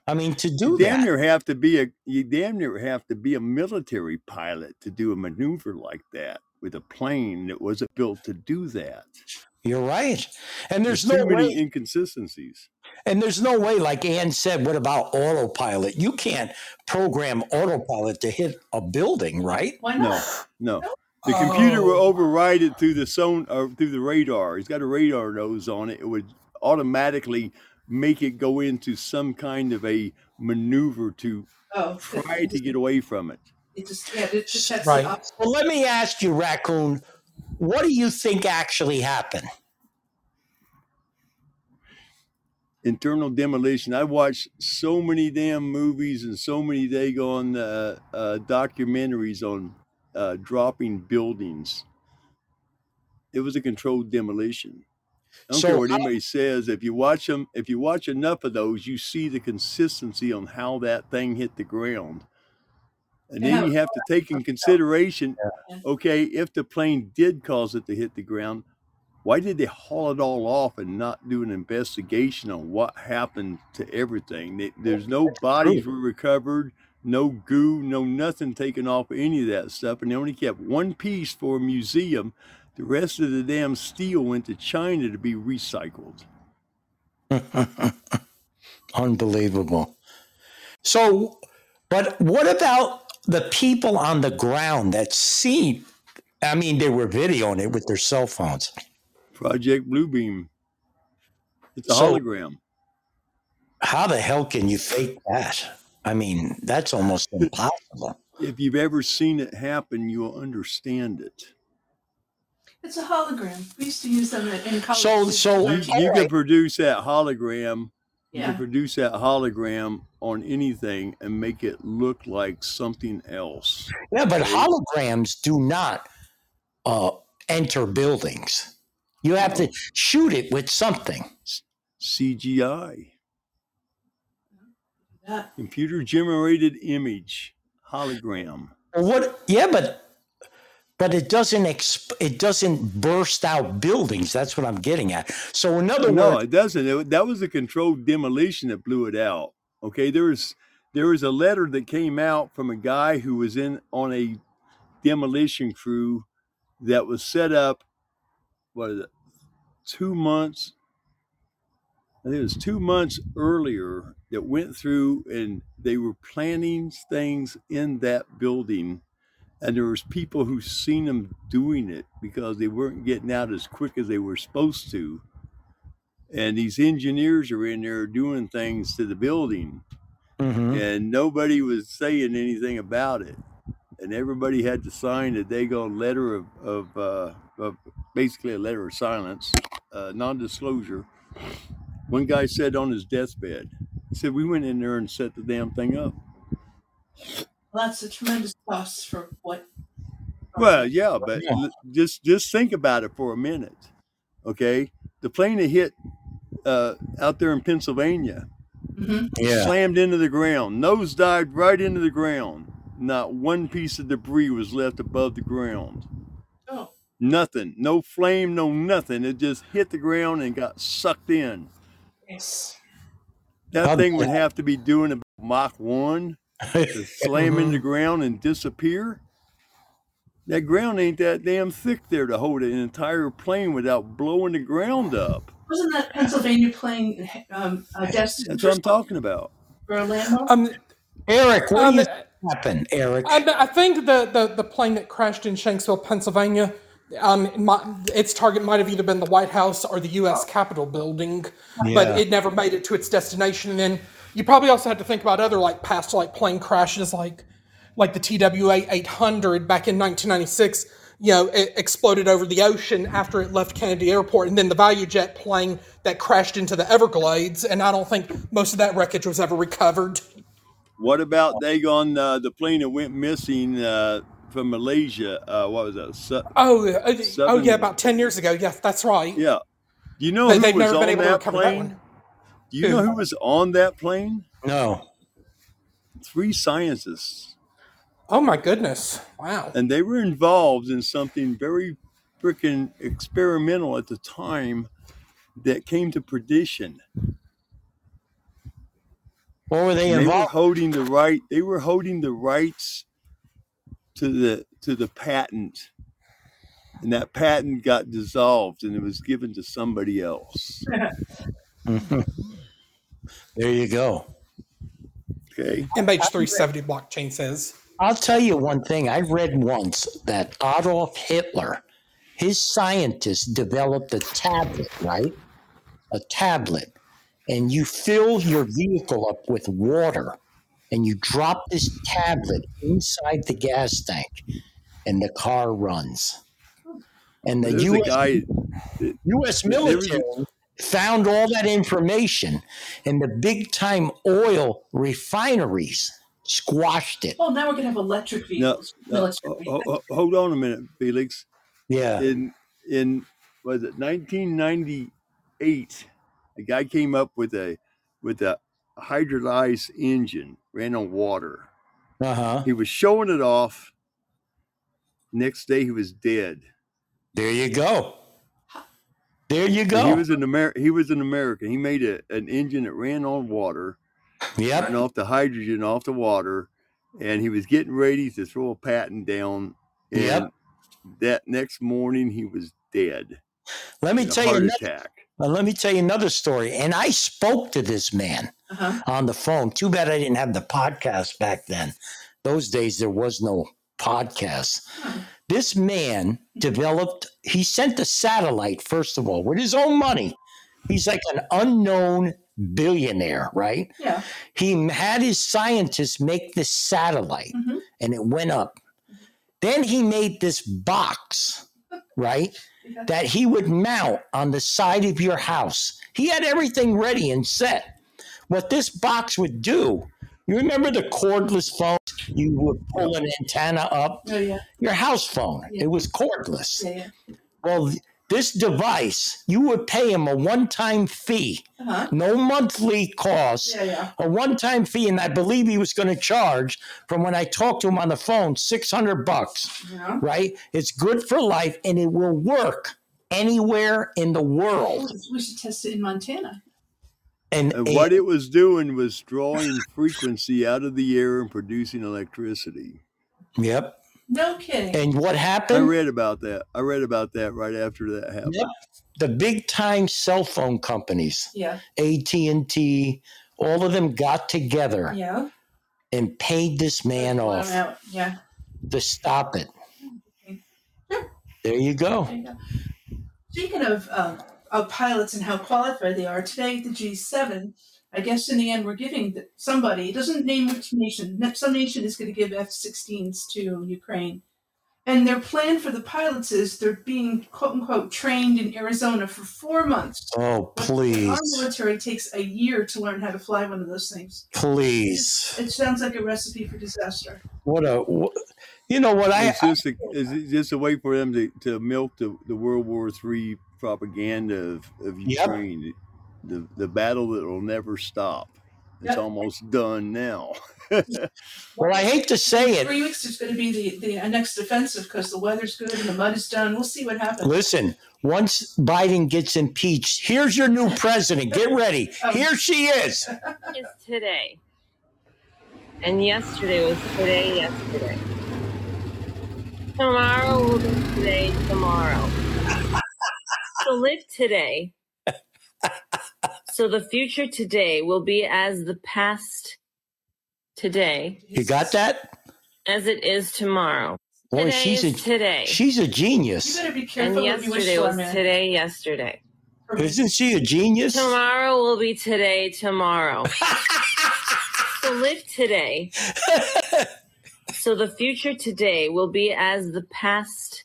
[SPEAKER 3] I mean, to do
[SPEAKER 6] You damn
[SPEAKER 3] that.
[SPEAKER 6] near have to be a you damn near have to be a military pilot to do a maneuver like that with a plane that wasn't built to do that.
[SPEAKER 3] You're right. And
[SPEAKER 6] There's
[SPEAKER 3] there's no
[SPEAKER 6] too many
[SPEAKER 3] way,
[SPEAKER 6] inconsistencies.
[SPEAKER 3] and there's no way, like Ann said, what about autopilot? You can't program autopilot to hit a building, right?
[SPEAKER 1] Why not?
[SPEAKER 6] No, no.
[SPEAKER 1] No.
[SPEAKER 6] The computer will
[SPEAKER 7] Oh.
[SPEAKER 6] override it through the son or through the radar. It's got a radar nose on it. It would automatically make it go into some kind of a maneuver to
[SPEAKER 1] Oh, good.
[SPEAKER 6] try to get away from it.
[SPEAKER 1] it just yeah, it just has
[SPEAKER 7] Right.
[SPEAKER 1] the option.
[SPEAKER 3] Well, let me ask you, Raccoon, what do you think actually happened?
[SPEAKER 6] internal demolition. I watched so many damn movies and so many daggone uh, uh, documentaries on uh, dropping buildings. It was a controlled demolition. I don't care
[SPEAKER 3] So,
[SPEAKER 6] what
[SPEAKER 3] I-
[SPEAKER 6] anybody says. If you watch them, if you watch enough of those, you see the consistency on how that thing hit the ground. And
[SPEAKER 1] And
[SPEAKER 6] then
[SPEAKER 1] how-
[SPEAKER 6] you have to take in consideration,
[SPEAKER 1] Yeah.
[SPEAKER 6] okay, if the plane did cause it to hit the ground, why did they haul it all off and not do an investigation on what happened to everything? They, there's no bodies were recovered, no goo, no nothing taken off of any of that stuff, and they only kept one piece for a museum. The rest of the damn steel went to China to be recycled.
[SPEAKER 3] Unbelievable. So, but what about the people on the ground that seen? I mean, they were videoing it with their cell phones.
[SPEAKER 6] Project Bluebeam. It's a
[SPEAKER 3] So,
[SPEAKER 6] hologram.
[SPEAKER 3] how the hell can you fake that? I mean, that's almost impossible.
[SPEAKER 6] If you've ever seen it happen, you'll understand it.
[SPEAKER 1] It's a hologram. We used to use them in in college.
[SPEAKER 3] So,
[SPEAKER 1] as
[SPEAKER 3] so
[SPEAKER 6] You,
[SPEAKER 1] marching
[SPEAKER 3] all
[SPEAKER 6] you
[SPEAKER 1] band.
[SPEAKER 6] can
[SPEAKER 3] right.
[SPEAKER 6] produce that hologram you can
[SPEAKER 1] Yeah.
[SPEAKER 6] produce that hologram on anything and make it look like something else.
[SPEAKER 3] Yeah, but
[SPEAKER 6] Okay.
[SPEAKER 3] holograms do not uh, enter buildings. You have to
[SPEAKER 6] No.
[SPEAKER 3] shoot it with something.
[SPEAKER 6] S- CGI,
[SPEAKER 1] Yeah.
[SPEAKER 6] computer generated image, hologram.
[SPEAKER 3] What? Yeah, but but it doesn't exp- it doesn't burst out buildings. That's what I'm getting at. So, in other
[SPEAKER 6] No,
[SPEAKER 3] words,
[SPEAKER 6] it doesn't. It- that was a controlled demolition that blew it out. Okay, there was there was a letter that came out from a guy who was in on a demolition crew that was set up. What is it? Two months I think it was two months earlier that went through and they were planning things in that building and there was people who seen them doing it because they weren't getting out as quick as they were supposed to and these engineers are in there doing things to the building
[SPEAKER 3] Mhm.
[SPEAKER 6] and nobody was saying anything about it and everybody had to sign a dagon letter of, of, uh, of basically a letter of silence uh, non-disclosure one guy said on his deathbed, he said, We went in there and set the damn thing up.
[SPEAKER 1] Well, that's a tremendous cost for what.
[SPEAKER 6] Well, yeah, but
[SPEAKER 3] Yeah.
[SPEAKER 6] l- just just think about it for a minute. Okay. The plane that hit uh, out there in Pennsylvania
[SPEAKER 1] hmm
[SPEAKER 3] yeah.
[SPEAKER 6] slammed into the ground, nose dived right into the ground. Not one piece of debris was left above the ground.
[SPEAKER 1] Oh,
[SPEAKER 6] Nothing. No flame, no nothing. It just hit the ground and got sucked in.
[SPEAKER 1] yes.
[SPEAKER 6] That
[SPEAKER 3] How
[SPEAKER 6] thing would
[SPEAKER 3] the
[SPEAKER 6] have to be doing about Mach 1
[SPEAKER 3] hell-
[SPEAKER 6] to slam into the ground and disappear. That ground ain't that damn thick there to hold an entire plane without blowing the ground up.
[SPEAKER 1] Wasn't that Pennsylvania playing um, uh, Destiny
[SPEAKER 6] That's what I'm talking about.
[SPEAKER 1] for Orlando?
[SPEAKER 7] Um,
[SPEAKER 3] Eric, what do
[SPEAKER 7] um,
[SPEAKER 3] you think happened, Eric?
[SPEAKER 7] I, I think the, the, the plane that crashed in Shanksville, Pennsylvania, um, my, its target might have either been the White House or the U.S. Capitol building,
[SPEAKER 3] Yeah.
[SPEAKER 7] but it never made it to its destination. And then you probably also had to think about other like past like plane crashes, like like the TWA 800 back in 1996. You know, it exploded over the ocean after it left Kennedy Airport, and then the Value Jet plane that crashed into the Everglades. And I don't think most of that wreckage was ever recovered.
[SPEAKER 6] What about Dagon, uh, the plane that went missing uh, from Malaysia? Uh, what was that? Su-
[SPEAKER 7] Oh, uh, oh yeah,
[SPEAKER 6] Southern.
[SPEAKER 7] about ten years ago. Yes, that's right.
[SPEAKER 6] Yeah. Do you know
[SPEAKER 7] They,
[SPEAKER 6] who
[SPEAKER 7] they've
[SPEAKER 6] was
[SPEAKER 7] never been
[SPEAKER 6] on
[SPEAKER 7] able to
[SPEAKER 6] that
[SPEAKER 7] recover that
[SPEAKER 6] plane?
[SPEAKER 7] one.
[SPEAKER 6] Do you know
[SPEAKER 7] Who?
[SPEAKER 6] who was on that plane?
[SPEAKER 3] No.
[SPEAKER 6] Three scientists.
[SPEAKER 7] Oh my goodness! Wow.
[SPEAKER 6] And they were involved in something very freaking experimental at the time that came to perdition.
[SPEAKER 3] What were they
[SPEAKER 6] They were
[SPEAKER 3] involved?
[SPEAKER 6] holding the right. They were holding the rights to the to the patent, and that patent got dissolved, and it was given to somebody else.
[SPEAKER 3] There you go.
[SPEAKER 6] Okay,
[SPEAKER 7] MH370 blockchain says.
[SPEAKER 3] I'll tell you one thing. I read once that Adolf Hitler, his scientists developed a tablet, right? A tablet. And you fill your vehicle up with water and you drop this tablet inside the gas tank and the car runs. And the
[SPEAKER 6] there's a
[SPEAKER 3] US,
[SPEAKER 6] guy.
[SPEAKER 3] US
[SPEAKER 6] there was a-
[SPEAKER 3] military found all that information and the big time oil refineries squashed it.
[SPEAKER 1] Well, now we're gonna have electric
[SPEAKER 6] No,
[SPEAKER 1] vehicles.
[SPEAKER 6] no, oh,
[SPEAKER 1] Electric
[SPEAKER 6] ho-
[SPEAKER 1] vehicles.
[SPEAKER 6] ho- ho- hold on a minute, Felix.
[SPEAKER 3] Yeah.
[SPEAKER 6] in in was it 1998 a guy came up with a with a hydrolyzed engine ran on water
[SPEAKER 3] Uh huh.
[SPEAKER 6] he was showing it off next day he was dead
[SPEAKER 3] There you go. There you
[SPEAKER 6] And he
[SPEAKER 3] go.
[SPEAKER 6] was an Amer- he was an american he made a, an engine that ran on water ran
[SPEAKER 3] Yep.
[SPEAKER 6] off the hydrogen off the water and he was getting ready to throw a patent down and
[SPEAKER 3] Yep.
[SPEAKER 6] that next morning he was dead
[SPEAKER 3] Let me
[SPEAKER 6] of a
[SPEAKER 3] tell you.
[SPEAKER 6] heart
[SPEAKER 3] Another,
[SPEAKER 6] attack
[SPEAKER 3] uh, let me tell you another story. And I spoke to this man
[SPEAKER 1] Uh-huh.
[SPEAKER 3] on the phone. Too bad I didn't have the podcast back then. Those days there was no podcast. This man developed. He sent a satellite first of all with his own money. He's like an unknown billionaire, right?
[SPEAKER 1] Yeah.
[SPEAKER 3] he had his scientists make this satellite
[SPEAKER 1] Mhm.
[SPEAKER 3] and it went up. Then he made this box, right?
[SPEAKER 1] Yeah.
[SPEAKER 3] That he would mount on the side of your house. He had everything ready and set. What this box would do, you remember the cordless phone? You would pull an antenna up,
[SPEAKER 1] Oh yeah.
[SPEAKER 3] your house phone.
[SPEAKER 1] Yeah.
[SPEAKER 3] It was cordless.
[SPEAKER 1] Yeah. Yeah.
[SPEAKER 3] Well, th- this device, you would pay him a one time fee,
[SPEAKER 1] Uh-huh.
[SPEAKER 3] no monthly cost
[SPEAKER 1] Yeah. Yeah.
[SPEAKER 3] a one-time fee, and I believe he was going to charge from when I talked to him on the phone, six hundred bucks.
[SPEAKER 1] Yeah.
[SPEAKER 3] Right? It's good for life, and it will work anywhere in the world.
[SPEAKER 1] Oh, We should test it in Montana.
[SPEAKER 3] And,
[SPEAKER 6] And what it was doing was drawing frequency out of the air and producing electricity.
[SPEAKER 3] yep.
[SPEAKER 1] No kidding.
[SPEAKER 3] And what
[SPEAKER 6] I
[SPEAKER 3] happened?
[SPEAKER 6] read about that. I read about that right after that happened.
[SPEAKER 3] Yep. The big-time cell phone companies,
[SPEAKER 1] Yeah.
[SPEAKER 3] AT and T, all of them got together
[SPEAKER 1] Yeah.
[SPEAKER 3] and paid this man
[SPEAKER 1] Blown
[SPEAKER 3] off
[SPEAKER 1] out. Yeah.
[SPEAKER 3] to stop it.
[SPEAKER 1] Sure.
[SPEAKER 3] There you go.
[SPEAKER 1] There you go. Speaking of, um, of pilots and how qualified they are, today at the G7, I guess in the end we're giving th- somebody, it doesn't name which nation, n- some nation is going to give F 16s to Ukraine. And their plan for the pilots is they're being quote unquote trained in Arizona for four months.
[SPEAKER 3] Oh,
[SPEAKER 1] Our
[SPEAKER 3] please,
[SPEAKER 1] military takes a year to learn how to fly one of those things.
[SPEAKER 3] please.
[SPEAKER 1] It sounds like a recipe for disaster.
[SPEAKER 3] What a, wh- you know what I,
[SPEAKER 6] It's just a, it's just a way for them to, to milk the, the World War III propaganda of, of
[SPEAKER 3] Yep.
[SPEAKER 6] Ukraine, the, the battle that will never stop. It's
[SPEAKER 1] Yep.
[SPEAKER 6] almost done now.
[SPEAKER 3] Well, I hate to say it.
[SPEAKER 1] Three weeks is going to be the, the next offensive because the weather's good and the mud is done. We'll see what happens.
[SPEAKER 3] Listen, once Biden gets impeached, here's your new president. Get ready. Here she is.
[SPEAKER 8] is today. And yesterday was today, yesterday. Tomorrow will be today, tomorrow. So live today. So the future today will be as the past today
[SPEAKER 3] You got that?
[SPEAKER 8] as it is tomorrow.
[SPEAKER 3] Boy,
[SPEAKER 8] today
[SPEAKER 3] she's
[SPEAKER 8] is
[SPEAKER 3] a
[SPEAKER 8] today.
[SPEAKER 3] she's a
[SPEAKER 1] You
[SPEAKER 3] genius.
[SPEAKER 1] better be
[SPEAKER 8] and
[SPEAKER 1] careful what you wish
[SPEAKER 8] yesterday
[SPEAKER 1] for,
[SPEAKER 8] was
[SPEAKER 1] man.
[SPEAKER 8] today, yesterday.
[SPEAKER 3] Isn't she a genius?
[SPEAKER 8] Tomorrow will be today, tomorrow. so live today. so the future today will be as the past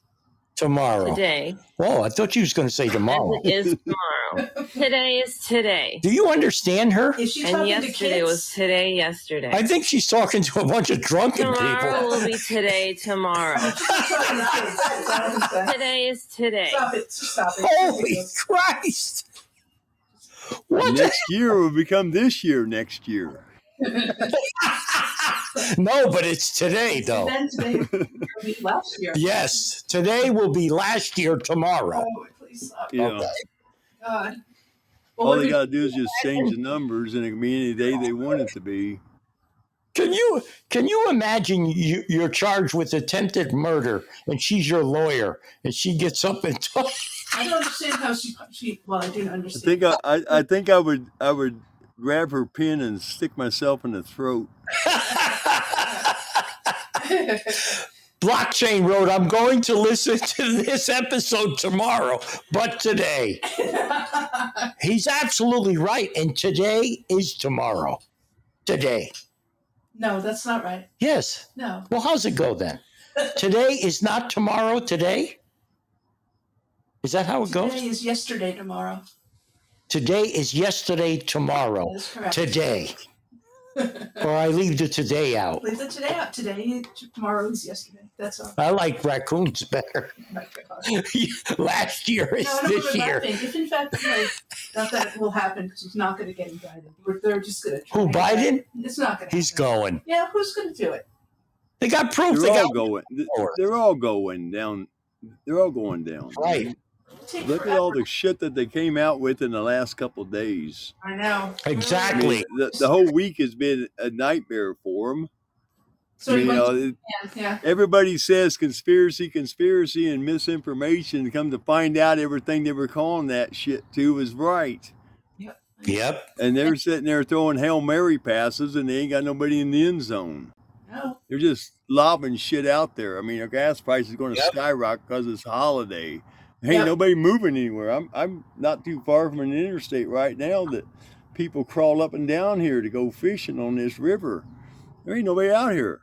[SPEAKER 3] Tomorrow.
[SPEAKER 8] today
[SPEAKER 3] Oh, I thought you was going to say tomorrow.
[SPEAKER 8] as it is tomorrow. today is today.
[SPEAKER 3] Do you understand her?
[SPEAKER 1] Is she
[SPEAKER 8] And
[SPEAKER 1] talking to
[SPEAKER 8] yesterday
[SPEAKER 1] kids?
[SPEAKER 8] was today, yesterday.
[SPEAKER 3] I think she's talking to a bunch of drunken
[SPEAKER 8] tomorrow
[SPEAKER 3] people.
[SPEAKER 8] will be today, tomorrow.
[SPEAKER 1] She's talking to kids. That's all I'm saying.
[SPEAKER 8] today is today.
[SPEAKER 1] Stop it. Stop it.
[SPEAKER 3] Holy Christ! What? the-
[SPEAKER 6] next year will become this year next year.
[SPEAKER 3] No, but it's today,
[SPEAKER 1] And
[SPEAKER 3] though.
[SPEAKER 1] then today will be last year.
[SPEAKER 3] Yes, today will be last year tomorrow.
[SPEAKER 1] Oh, please stop.
[SPEAKER 6] Yeah.
[SPEAKER 1] God. Well,
[SPEAKER 6] All
[SPEAKER 1] what
[SPEAKER 6] they
[SPEAKER 1] did-
[SPEAKER 6] got to do is just change the numbers and it can be any day they want it to be.
[SPEAKER 3] Can you can you imagine you, you're charged with attempted murder and she's your lawyer and she gets up and
[SPEAKER 1] I don't understand how she, she well, I do
[SPEAKER 6] I
[SPEAKER 1] understand.
[SPEAKER 6] think I, I, I think I would I would grab her pin and stick myself in the throat.
[SPEAKER 3] Blockchain Road, I'm going to listen to this episode tomorrow, but today. He's absolutely right. And today is tomorrow. Today.
[SPEAKER 1] no, that's not right.
[SPEAKER 3] Yes.
[SPEAKER 1] No.
[SPEAKER 3] Well, how's it go then? Today is not tomorrow today? Is that how it
[SPEAKER 1] Today
[SPEAKER 3] goes?
[SPEAKER 1] is yesterday tomorrow.
[SPEAKER 3] Today is yesterday tomorrow.
[SPEAKER 1] That is correct.
[SPEAKER 3] Today. or I leave the today out.
[SPEAKER 1] Leave the today out. Today, tomorrow is yesterday. That's all. Oh
[SPEAKER 3] I like raccoons better.
[SPEAKER 1] My God.
[SPEAKER 3] Last year is
[SPEAKER 1] No, no,
[SPEAKER 3] this
[SPEAKER 1] we're
[SPEAKER 3] year.
[SPEAKER 1] laughing. If in fact, you know, not that it will happen because he's not going to get indicted. We're, they're just going to.
[SPEAKER 3] Who, Biden?
[SPEAKER 1] It's not going to.
[SPEAKER 3] He's going.
[SPEAKER 1] Yeah, who's going to do it?
[SPEAKER 3] They got proof. They
[SPEAKER 6] They're all
[SPEAKER 3] got
[SPEAKER 6] going. th-
[SPEAKER 3] power.
[SPEAKER 6] They're all going down. They're all going down.
[SPEAKER 3] Right.
[SPEAKER 1] Take
[SPEAKER 6] Look at
[SPEAKER 1] forever.
[SPEAKER 6] all the shit that they came out with in the last couple of days.
[SPEAKER 1] I know.
[SPEAKER 6] I
[SPEAKER 3] Exactly.
[SPEAKER 6] mean, the, the whole week has been a nightmare for them.
[SPEAKER 1] So
[SPEAKER 6] you
[SPEAKER 1] he went
[SPEAKER 6] know,
[SPEAKER 1] to
[SPEAKER 6] it-
[SPEAKER 1] Japan, yeah.
[SPEAKER 6] everybody says conspiracy, conspiracy, and misinformation. Come to find out, everything they were calling that shit to was right.
[SPEAKER 3] Yep.
[SPEAKER 6] And they're sitting there throwing Hail Mary passes, and they ain't got nobody in the end zone.
[SPEAKER 1] No.
[SPEAKER 6] They're just lobbing shit out there. I mean, our gas price is going to
[SPEAKER 3] Yep.
[SPEAKER 6] skyrocket because it's a holiday. Ain't
[SPEAKER 1] Yep.
[SPEAKER 6] nobody moving anywhere. I'm I'm not too far from an interstate right now that people crawl up and down here to go fishing on this river. There ain't nobody out here.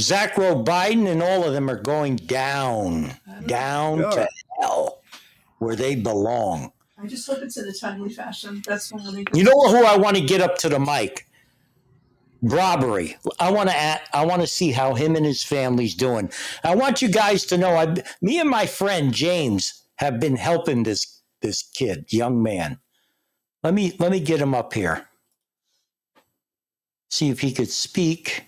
[SPEAKER 3] Zach Rowe, Biden, and all of them are going down, down
[SPEAKER 6] Yeah.
[SPEAKER 3] to hell where they belong.
[SPEAKER 1] I just hope it's in a timely fashion. That's one of the
[SPEAKER 3] You know who I want to get up to the mic? Robbery. I want to. At, I want to see how him and his family's doing. I want you guys to know. I, me and my friend James have been helping this this kid, young man. Let me let me get him up here. See if he could speak.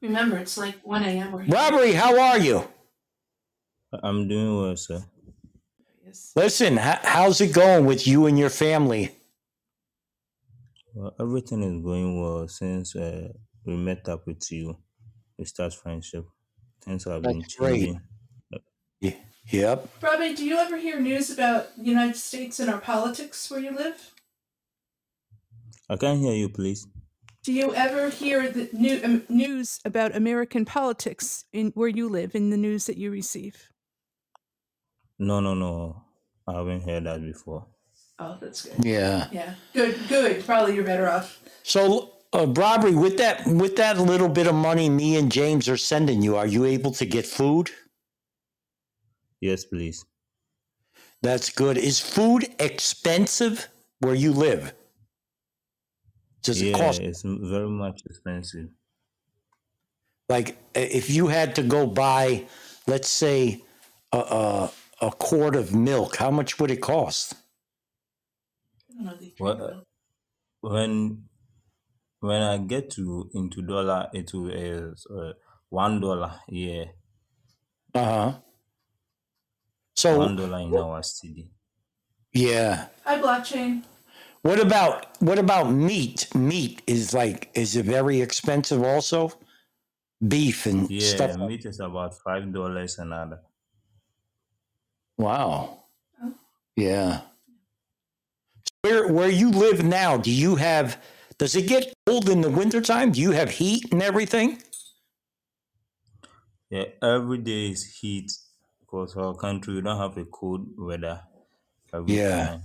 [SPEAKER 1] Remember, it's like 1 a.m. where he
[SPEAKER 3] Robbery, how are you?
[SPEAKER 9] I'm doing well, sir.
[SPEAKER 1] is.
[SPEAKER 3] Listen, h- how's it going with you and your family?
[SPEAKER 9] Well, everything is going well since uh, we met up with you. We start friendship. Things have
[SPEAKER 3] That's
[SPEAKER 9] been
[SPEAKER 3] great.
[SPEAKER 9] changing.
[SPEAKER 3] Y- Yep.
[SPEAKER 1] Robbie, do you ever hear news about the United States and our politics where you live?
[SPEAKER 9] I can't hear you, please.
[SPEAKER 1] Do you ever hear the new, um, news about American politics in where you live in the news that you receive?
[SPEAKER 9] No, no, no. I haven't heard that before.
[SPEAKER 1] Oh, that's good.
[SPEAKER 3] Yeah.
[SPEAKER 1] Yeah, good, good. Probably you're better off.
[SPEAKER 3] So, uh, Robbery, with that with that little bit of money me and James are sending you, are you able to get food?
[SPEAKER 9] Yes, please.
[SPEAKER 3] That's good. Is food expensive where you live? Does it
[SPEAKER 9] Yeah,
[SPEAKER 3] cost
[SPEAKER 9] it's m- very much expensive.
[SPEAKER 3] like i- if you had to go buy, let's say, a, a, a quart of milk? How much would it cost?
[SPEAKER 1] I don't know the
[SPEAKER 9] Well, uh, when when I get to into dollar, it will is uh, one dollar. Yeah,
[SPEAKER 3] Uh huh.
[SPEAKER 9] one
[SPEAKER 3] So,
[SPEAKER 9] dollar in our city.
[SPEAKER 3] yeah.
[SPEAKER 1] Hi, blockchain.
[SPEAKER 3] What about what about meat? Meat is like is it very expensive also? Beef and stuff.
[SPEAKER 9] Yeah, meat is about five dollars another.
[SPEAKER 3] Wow. Yeah. Where where you live now, do you have does it get cold in the wintertime? Do you have heat and everything?
[SPEAKER 9] Yeah, every day is heat because our country we don't have a cold weather every
[SPEAKER 3] Yeah.
[SPEAKER 9] time.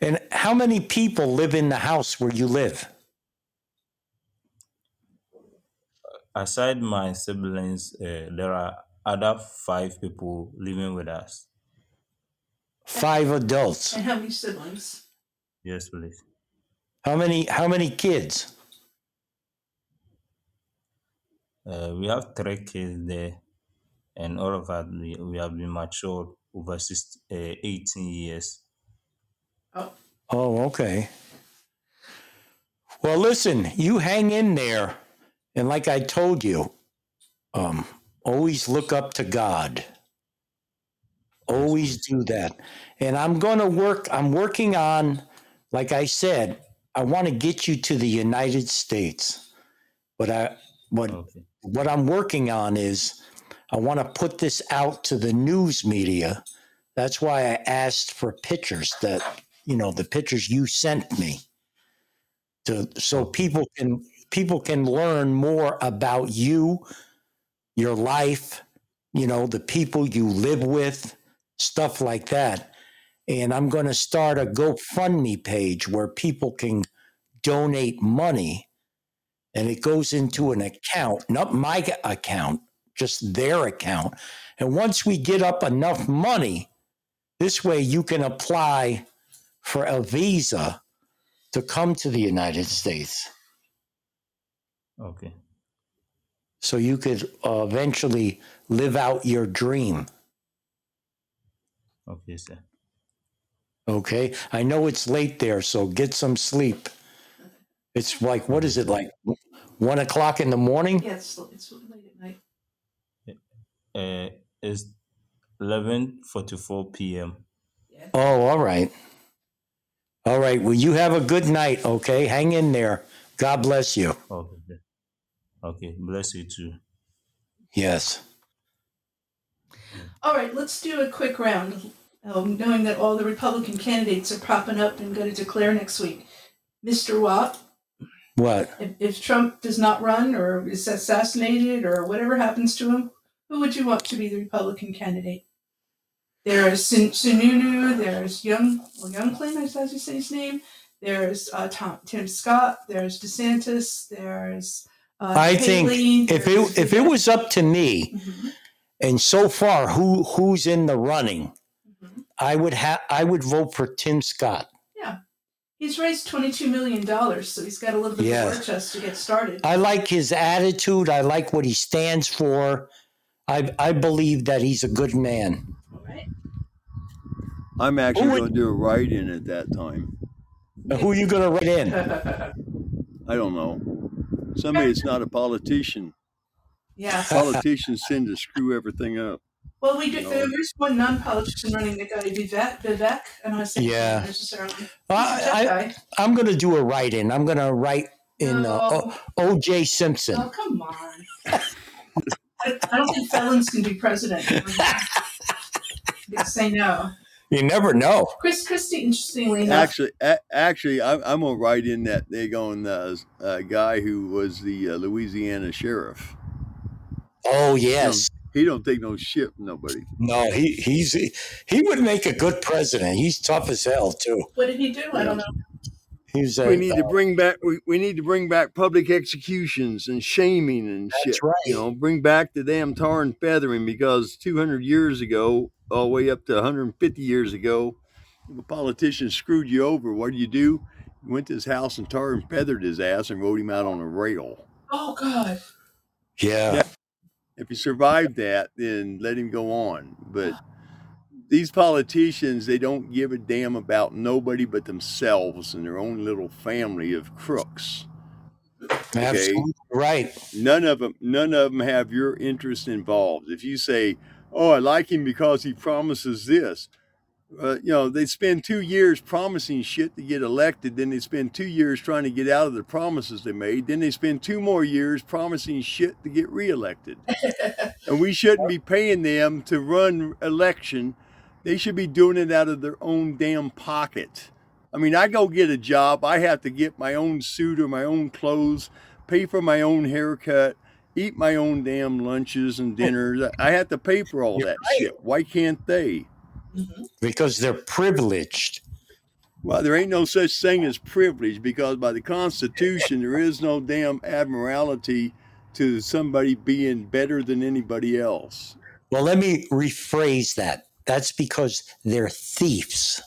[SPEAKER 3] And how many people live in the house where you live?
[SPEAKER 9] Aside my siblings, uh, there are other five people living with us.
[SPEAKER 3] Five adults.
[SPEAKER 1] And how many siblings?
[SPEAKER 9] Yes, please.
[SPEAKER 3] How many how many kids?
[SPEAKER 9] Uh, we have three kids there, and all of us we, we have been matured over 16, uh, 18 years.
[SPEAKER 1] Oh,
[SPEAKER 3] Oh, okay. Well, listen, you hang in there. And like I told you, um, always look up to God. Always do that. And I'm going to work, I'm working on, like I said, I want to get you to the United States. But I, what,
[SPEAKER 9] Okay.
[SPEAKER 3] what I'm working on is I want to put this out to the news media. That's why I asked for pictures that, you know, the pictures you sent me to so people can people can learn more about you, your life, you know, the people you live with, stuff like that. And I'm going to start a GoFundMe page where people can donate money and it goes into an account, not my g- account, just their account. And once we get up enough money, this way you can apply for a visa to come to the United States.
[SPEAKER 9] Okay.
[SPEAKER 3] So you could uh, eventually live out your dream.
[SPEAKER 9] Okay, sir.
[SPEAKER 3] Okay. I know it's late there, so get some sleep. It's like, what is it, like one o'clock in the morning?
[SPEAKER 1] Yeah, it's, it's late at night.
[SPEAKER 9] Uh, it's 11:44 p.m.
[SPEAKER 1] Yeah.
[SPEAKER 3] Oh, all right. All right. Well, you have a good night. Okay. Hang in there. God bless you.
[SPEAKER 9] Okay. sir. Okay. Bless you too.
[SPEAKER 3] Yes.
[SPEAKER 1] All right, let's do a quick round, um, knowing that all the Republican candidates are propping up and going to declare next week. Mr. Watt,
[SPEAKER 3] What?
[SPEAKER 1] if, if Trump does not run or is assassinated or whatever happens to him, who would you want to be the Republican candidate? There's Sun- Sununu, there's Young, well, Youngklin, I suppose you say his name. There's uh, Tom, Tim Scott, there's DeSantis, there's uh,
[SPEAKER 3] I think
[SPEAKER 1] Haley,
[SPEAKER 3] if
[SPEAKER 1] there's-
[SPEAKER 3] it if it was up to me,
[SPEAKER 1] Mhm,
[SPEAKER 3] and so far who who's in the running,
[SPEAKER 1] mhm.
[SPEAKER 3] I would have I would vote for Tim Scott.
[SPEAKER 1] Yeah, he's raised $22 million, so he's got a little bit
[SPEAKER 3] Yeah. Uh,
[SPEAKER 1] of war chest to get started.
[SPEAKER 3] I like his attitude. I like what he stands for. I I believe that he's a good man.
[SPEAKER 1] All right.
[SPEAKER 6] I'm
[SPEAKER 3] Who
[SPEAKER 6] actually
[SPEAKER 3] would
[SPEAKER 6] going to do a write in at that time.
[SPEAKER 3] who are you going to write in?
[SPEAKER 6] I don't know. Somebody that's not a politician.
[SPEAKER 1] yeah.
[SPEAKER 6] Politicians tend to screw everything up,
[SPEAKER 1] Well, we
[SPEAKER 6] you
[SPEAKER 1] do,
[SPEAKER 6] know.
[SPEAKER 1] there is one non-politician running the guy Vivek. Vivek, and I say
[SPEAKER 3] Yeah.
[SPEAKER 1] necessarily. He's a tough
[SPEAKER 3] I,
[SPEAKER 1] guy.
[SPEAKER 3] I I'm going to do a write in. I'm going to write in uh,
[SPEAKER 1] No,
[SPEAKER 3] O- O.J. Simpson.
[SPEAKER 1] oh come on. I, I don't think felons can be president. Just say no.
[SPEAKER 3] You never know.
[SPEAKER 1] Chris Christie, interestingly enough,
[SPEAKER 6] Actually, a- actually, I- I'm going to write in that they going uh, uh, guy who was the uh, Louisiana sheriff.
[SPEAKER 3] Oh
[SPEAKER 6] He don't
[SPEAKER 3] yes.
[SPEAKER 6] he don't take no shit from nobody.
[SPEAKER 3] No, he he's he would make a good president. He's tough as hell too.
[SPEAKER 1] what did he do? I
[SPEAKER 6] Yeah.
[SPEAKER 1] don't know.
[SPEAKER 3] He's
[SPEAKER 6] We
[SPEAKER 3] a
[SPEAKER 6] need
[SPEAKER 3] uh,
[SPEAKER 6] to bring back we, we need to bring back public executions and shaming and
[SPEAKER 3] that's
[SPEAKER 6] shit. You
[SPEAKER 3] right.
[SPEAKER 6] know, bring back the damn tar and feathering because 200 years ago, all the way up to 150 years ago, if a politician screwed you over. What do you do? You went to his house and tar and feathered his ass and rode him out on a rail.
[SPEAKER 1] Oh God.
[SPEAKER 3] Yeah.
[SPEAKER 6] That if he survived that, then let him go on. But these politicians, they don't give a damn about nobody but themselves and their own little family of crooks. Okay,
[SPEAKER 3] Absolutely right.
[SPEAKER 6] none of them, none of them have your interest involved. If you say, "Oh, I like him because he promises this," uh, you know they spend two years promising shit to get elected. Then they spend two years trying to get out of the promises they made. Then they spend two more years promising shit to get reelected and we shouldn't be paying them to run election. They should be doing it out of their own damn pocket. I mean, I go get a job, I have to get my own suit or my own clothes, pay for my own haircut, eat my own damn lunches and dinners. I have to pay for all
[SPEAKER 3] Oh. You're
[SPEAKER 6] that
[SPEAKER 3] right.
[SPEAKER 6] shit. Why can't they?
[SPEAKER 1] Mhm.
[SPEAKER 3] Because they're privileged.
[SPEAKER 6] Well, there ain't no such thing as privilege because by the Constitution, there is no damn admiralty to somebody being better than anybody else.
[SPEAKER 3] Well, let me rephrase that. That's because they're thieves.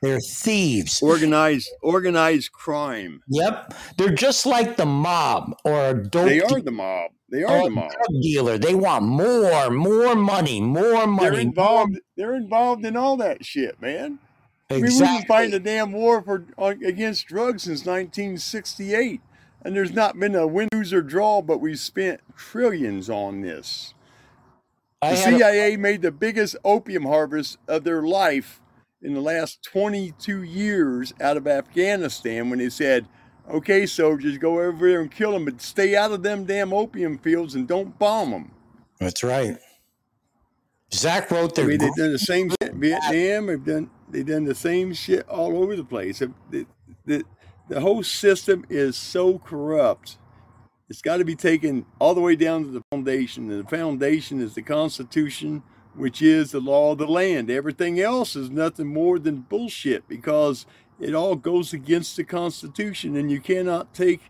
[SPEAKER 3] They're thieves.
[SPEAKER 6] Organized, organized crime.
[SPEAKER 3] Yep. They're just like the mob or a
[SPEAKER 6] They
[SPEAKER 3] dope
[SPEAKER 6] are
[SPEAKER 3] dealer
[SPEAKER 6] the mob. They
[SPEAKER 3] or
[SPEAKER 6] are
[SPEAKER 3] a
[SPEAKER 6] the mob.
[SPEAKER 3] drug dealer. They want more, more money, more
[SPEAKER 6] They're
[SPEAKER 3] money, more.
[SPEAKER 6] involved. They're involved in all that shit, man. I mean, we've been fighting the
[SPEAKER 3] Exactly.
[SPEAKER 6] damn war for on, against drugs since 1968, and there's not been a win, lose, or draw, but we've spent trillions on this.
[SPEAKER 3] I
[SPEAKER 6] The
[SPEAKER 3] had a
[SPEAKER 6] CIA made the biggest opium harvest of their life in the last 22 years out of Afghanistan when they said, okay, soldiers, go over there and kill them, but stay out of them damn opium fields and don't bomb them.
[SPEAKER 3] That's right. Zach wrote
[SPEAKER 6] I
[SPEAKER 3] their
[SPEAKER 6] mean,
[SPEAKER 3] gr-
[SPEAKER 6] they've done the same shit in Vietnam. They've done they've done the same shit all over the place. The, the, the whole system is so corrupt. It's got to be taken all the way down to the foundation. And the foundation is the Constitution, which is the law of the land. Everything else is nothing more than bullshit because it all goes against the Constitution, and you cannot take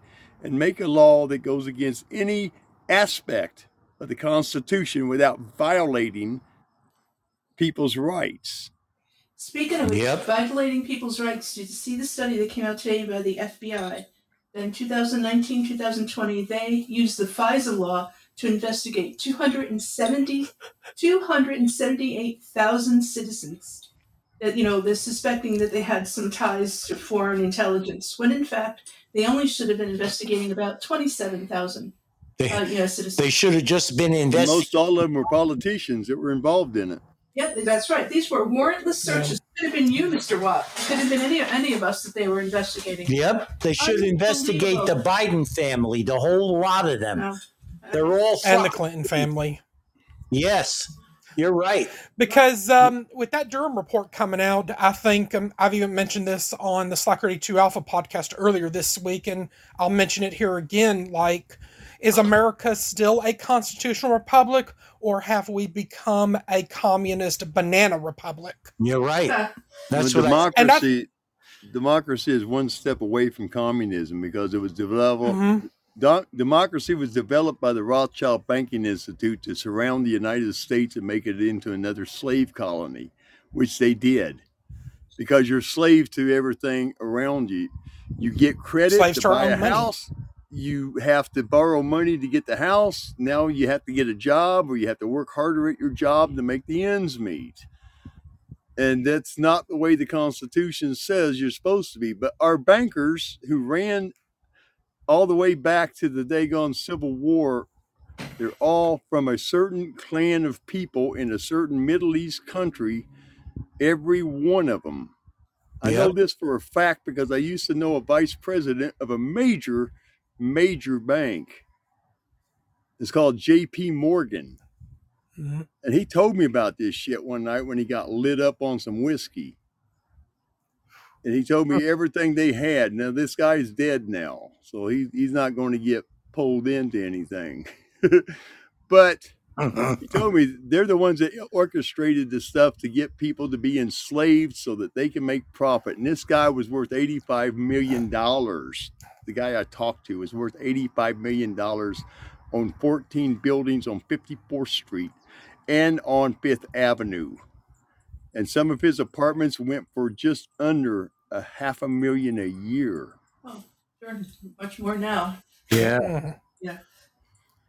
[SPEAKER 6] and make a law that goes against any aspect of the Constitution without violating people's rights.
[SPEAKER 1] Speaking of which,
[SPEAKER 3] Yep.
[SPEAKER 1] violating people's rights, did you see the study that came out today by the FBI? That in 2019 2020, they used the FISA law to investigate 270, 278,000 citizens that, you know, they're suspecting that they had some ties to foreign intelligence, when in fact, they only should have been investigating about 27,000,
[SPEAKER 3] They,
[SPEAKER 1] uh, you know,
[SPEAKER 3] they
[SPEAKER 1] citizens.
[SPEAKER 3] should have just been
[SPEAKER 6] And
[SPEAKER 3] investigating.
[SPEAKER 6] most all of them were politicians that were involved in it.
[SPEAKER 1] Yeah, that's right. These were warrantless
[SPEAKER 7] Yeah.
[SPEAKER 1] searches. Could have been you, Mr. Watt. Could have been any any of us that they were investigating.
[SPEAKER 3] Yep. They should investigate the
[SPEAKER 1] Unbelievable.
[SPEAKER 3] Biden family, the whole lot of them.
[SPEAKER 1] No.
[SPEAKER 3] They're all
[SPEAKER 7] and the
[SPEAKER 3] fucked.
[SPEAKER 7] Clinton family.
[SPEAKER 3] Yes, you're right.
[SPEAKER 7] Because um, with that Durham report coming out, I think um, I've even mentioned this on the Slack 32 Alpha podcast earlier this week, and I'll mention it here again. Like, is America still a constitutional republic, or have we become a communist banana republic?
[SPEAKER 3] You're right.
[SPEAKER 1] Yeah.
[SPEAKER 6] Well,
[SPEAKER 3] That's what I.
[SPEAKER 7] And I've
[SPEAKER 6] democracy, democracy is one step away from communism because it was developed.
[SPEAKER 7] mhm.
[SPEAKER 6] doc- democracy was developed by the Rothschild Banking Institute to surround the United States and make it into another slave colony, which they did because you're slave to everything around you. You get credit
[SPEAKER 7] slaves
[SPEAKER 6] to
[SPEAKER 7] to our
[SPEAKER 6] buy a
[SPEAKER 7] own money.
[SPEAKER 6] house. You have to borrow money to get the house. Now you have to get a job or you have to work harder at your job to make the ends meet. And that's not the way the Constitution says you're supposed to be. But our bankers who ran all the way back to the Dagon Civil War, they're all from a certain clan of people in a certain Middle East country, every one of them. I know
[SPEAKER 3] Yep.
[SPEAKER 6] this for a fact because I used to know a vice president of a major, major bank. It's called JP Morgan.
[SPEAKER 7] Mhm.
[SPEAKER 6] And he told me about this shit one night when he got lit up on some whiskey. And he told me everything they had. Now, this guy's dead now. So he, he's not going to get pulled into anything. but he told me they're the ones that orchestrated this stuff to get people to be enslaved so that they can make profit. And this guy was worth $85 million. The guy I talked to was worth $85 million on 14 buildings on 54th Street and on Fifth Avenue. And some of his apartments went for just under a half a million a year.
[SPEAKER 1] Oh, sure. Much more now.
[SPEAKER 3] Yeah.
[SPEAKER 7] Mhm.
[SPEAKER 1] Yeah.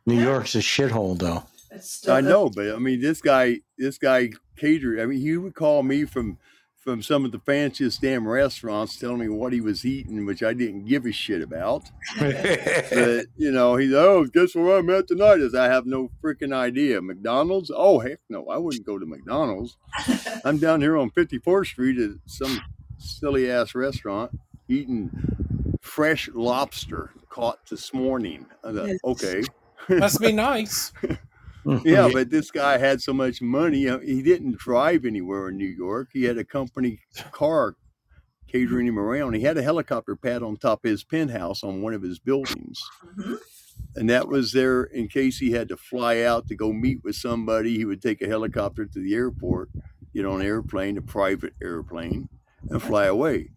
[SPEAKER 3] New
[SPEAKER 1] Yeah.
[SPEAKER 3] York's a shithole, though.
[SPEAKER 1] That's
[SPEAKER 6] I
[SPEAKER 1] still that's
[SPEAKER 6] know, but I mean, this guy, this guy catered. I mean, he would call me from from some of the fanciest damn restaurants, telling me what he was eating, which I didn't give a shit about. But you know, he's oh, guess where I'm at tonight is I have no freaking idea. McDonald's? Oh heck no, I wouldn't go to McDonald's. I'm down here on 54th Street at some silly ass restaurant eating fresh lobster caught this morning. I thought,
[SPEAKER 1] yes.
[SPEAKER 6] okay.
[SPEAKER 7] Must be nice.
[SPEAKER 6] Yeah,
[SPEAKER 3] yeah.
[SPEAKER 6] but this guy had so much money. uh, He didn't drive anywhere in New York. He had a company car catering him around. He had a helicopter pad on top of his penthouse on one of his buildings.
[SPEAKER 1] hmm
[SPEAKER 6] And that was there in case he had to fly out to go meet with somebody. He would take a helicopter to the airport, get on an airplane, a private airplane, and fly away.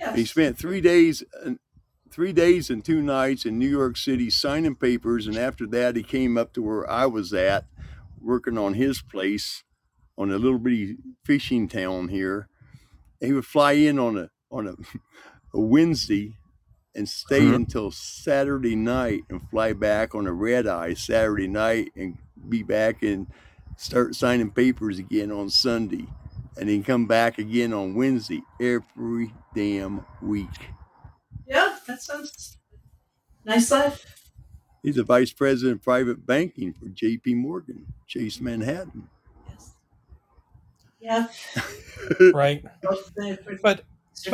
[SPEAKER 6] And he
[SPEAKER 1] Yes.
[SPEAKER 6] spent three days in three days and two nights in New York City signing papers. And after that, he came up to where I was at, working on his place on a little bitty fishing town here. And he would fly in on a on a, a Wednesday and stay until Saturday night and fly back on a red eye Saturday night and be back and start signing papers again on Sunday. and then come back again on Wednesday every damn week.
[SPEAKER 1] Yeah, that sounds nice life.
[SPEAKER 6] He's a vice president of private banking for J.P. Morgan, Chase Manhattan.
[SPEAKER 1] Yes. Yeah.
[SPEAKER 7] right? But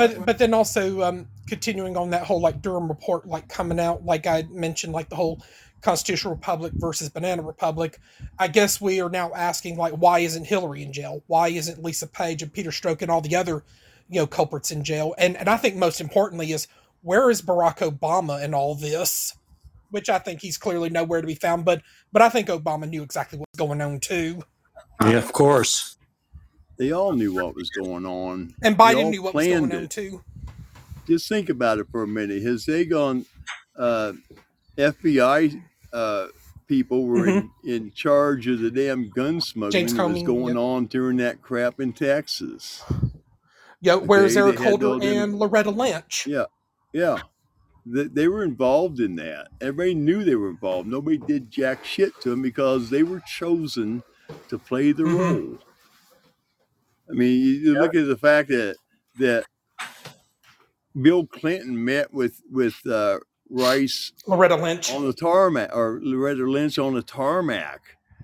[SPEAKER 7] but but then also um, continuing on that whole like Durham report like coming out like I mentioned like the whole Constitutional Republic versus Banana Republic. I guess we are now asking like why isn't Hillary in jail? Why isn't Lisa Page and Peter Strzok and all the other you know culprits in jail? And and I think most importantly is where is Barack Obama in all this? Which I think he's clearly nowhere to be found. But but I think Obama knew exactly what was going on too.
[SPEAKER 3] Yeah, of course.
[SPEAKER 6] They all knew what was going on.
[SPEAKER 7] And
[SPEAKER 6] They
[SPEAKER 7] Biden
[SPEAKER 6] all
[SPEAKER 7] knew what was going
[SPEAKER 6] planned
[SPEAKER 7] on
[SPEAKER 6] it.
[SPEAKER 7] too.
[SPEAKER 6] Just think about it for a minute. Has they gone? Uh, FBI uh, people were in, in charge of the damn gun smuggling that was
[SPEAKER 7] Comey,
[SPEAKER 6] going
[SPEAKER 7] yeah.
[SPEAKER 6] on during that crap in Texas.
[SPEAKER 7] Yeah, where's
[SPEAKER 6] Okay,
[SPEAKER 7] Eric
[SPEAKER 6] they had
[SPEAKER 7] Holder
[SPEAKER 6] all them-
[SPEAKER 7] and Loretta Lynch?
[SPEAKER 6] Yeah, yeah. They, they were involved in that. Everybody knew they were involved. Nobody did jack shit to them because they were chosen to play the
[SPEAKER 7] Mhm.
[SPEAKER 6] role. I mean, you, you look at the fact that that Bill Clinton met with with uh, Rice
[SPEAKER 7] Loretta Lynch.
[SPEAKER 6] on the tarmac, or Loretta Lynch on the tarmac,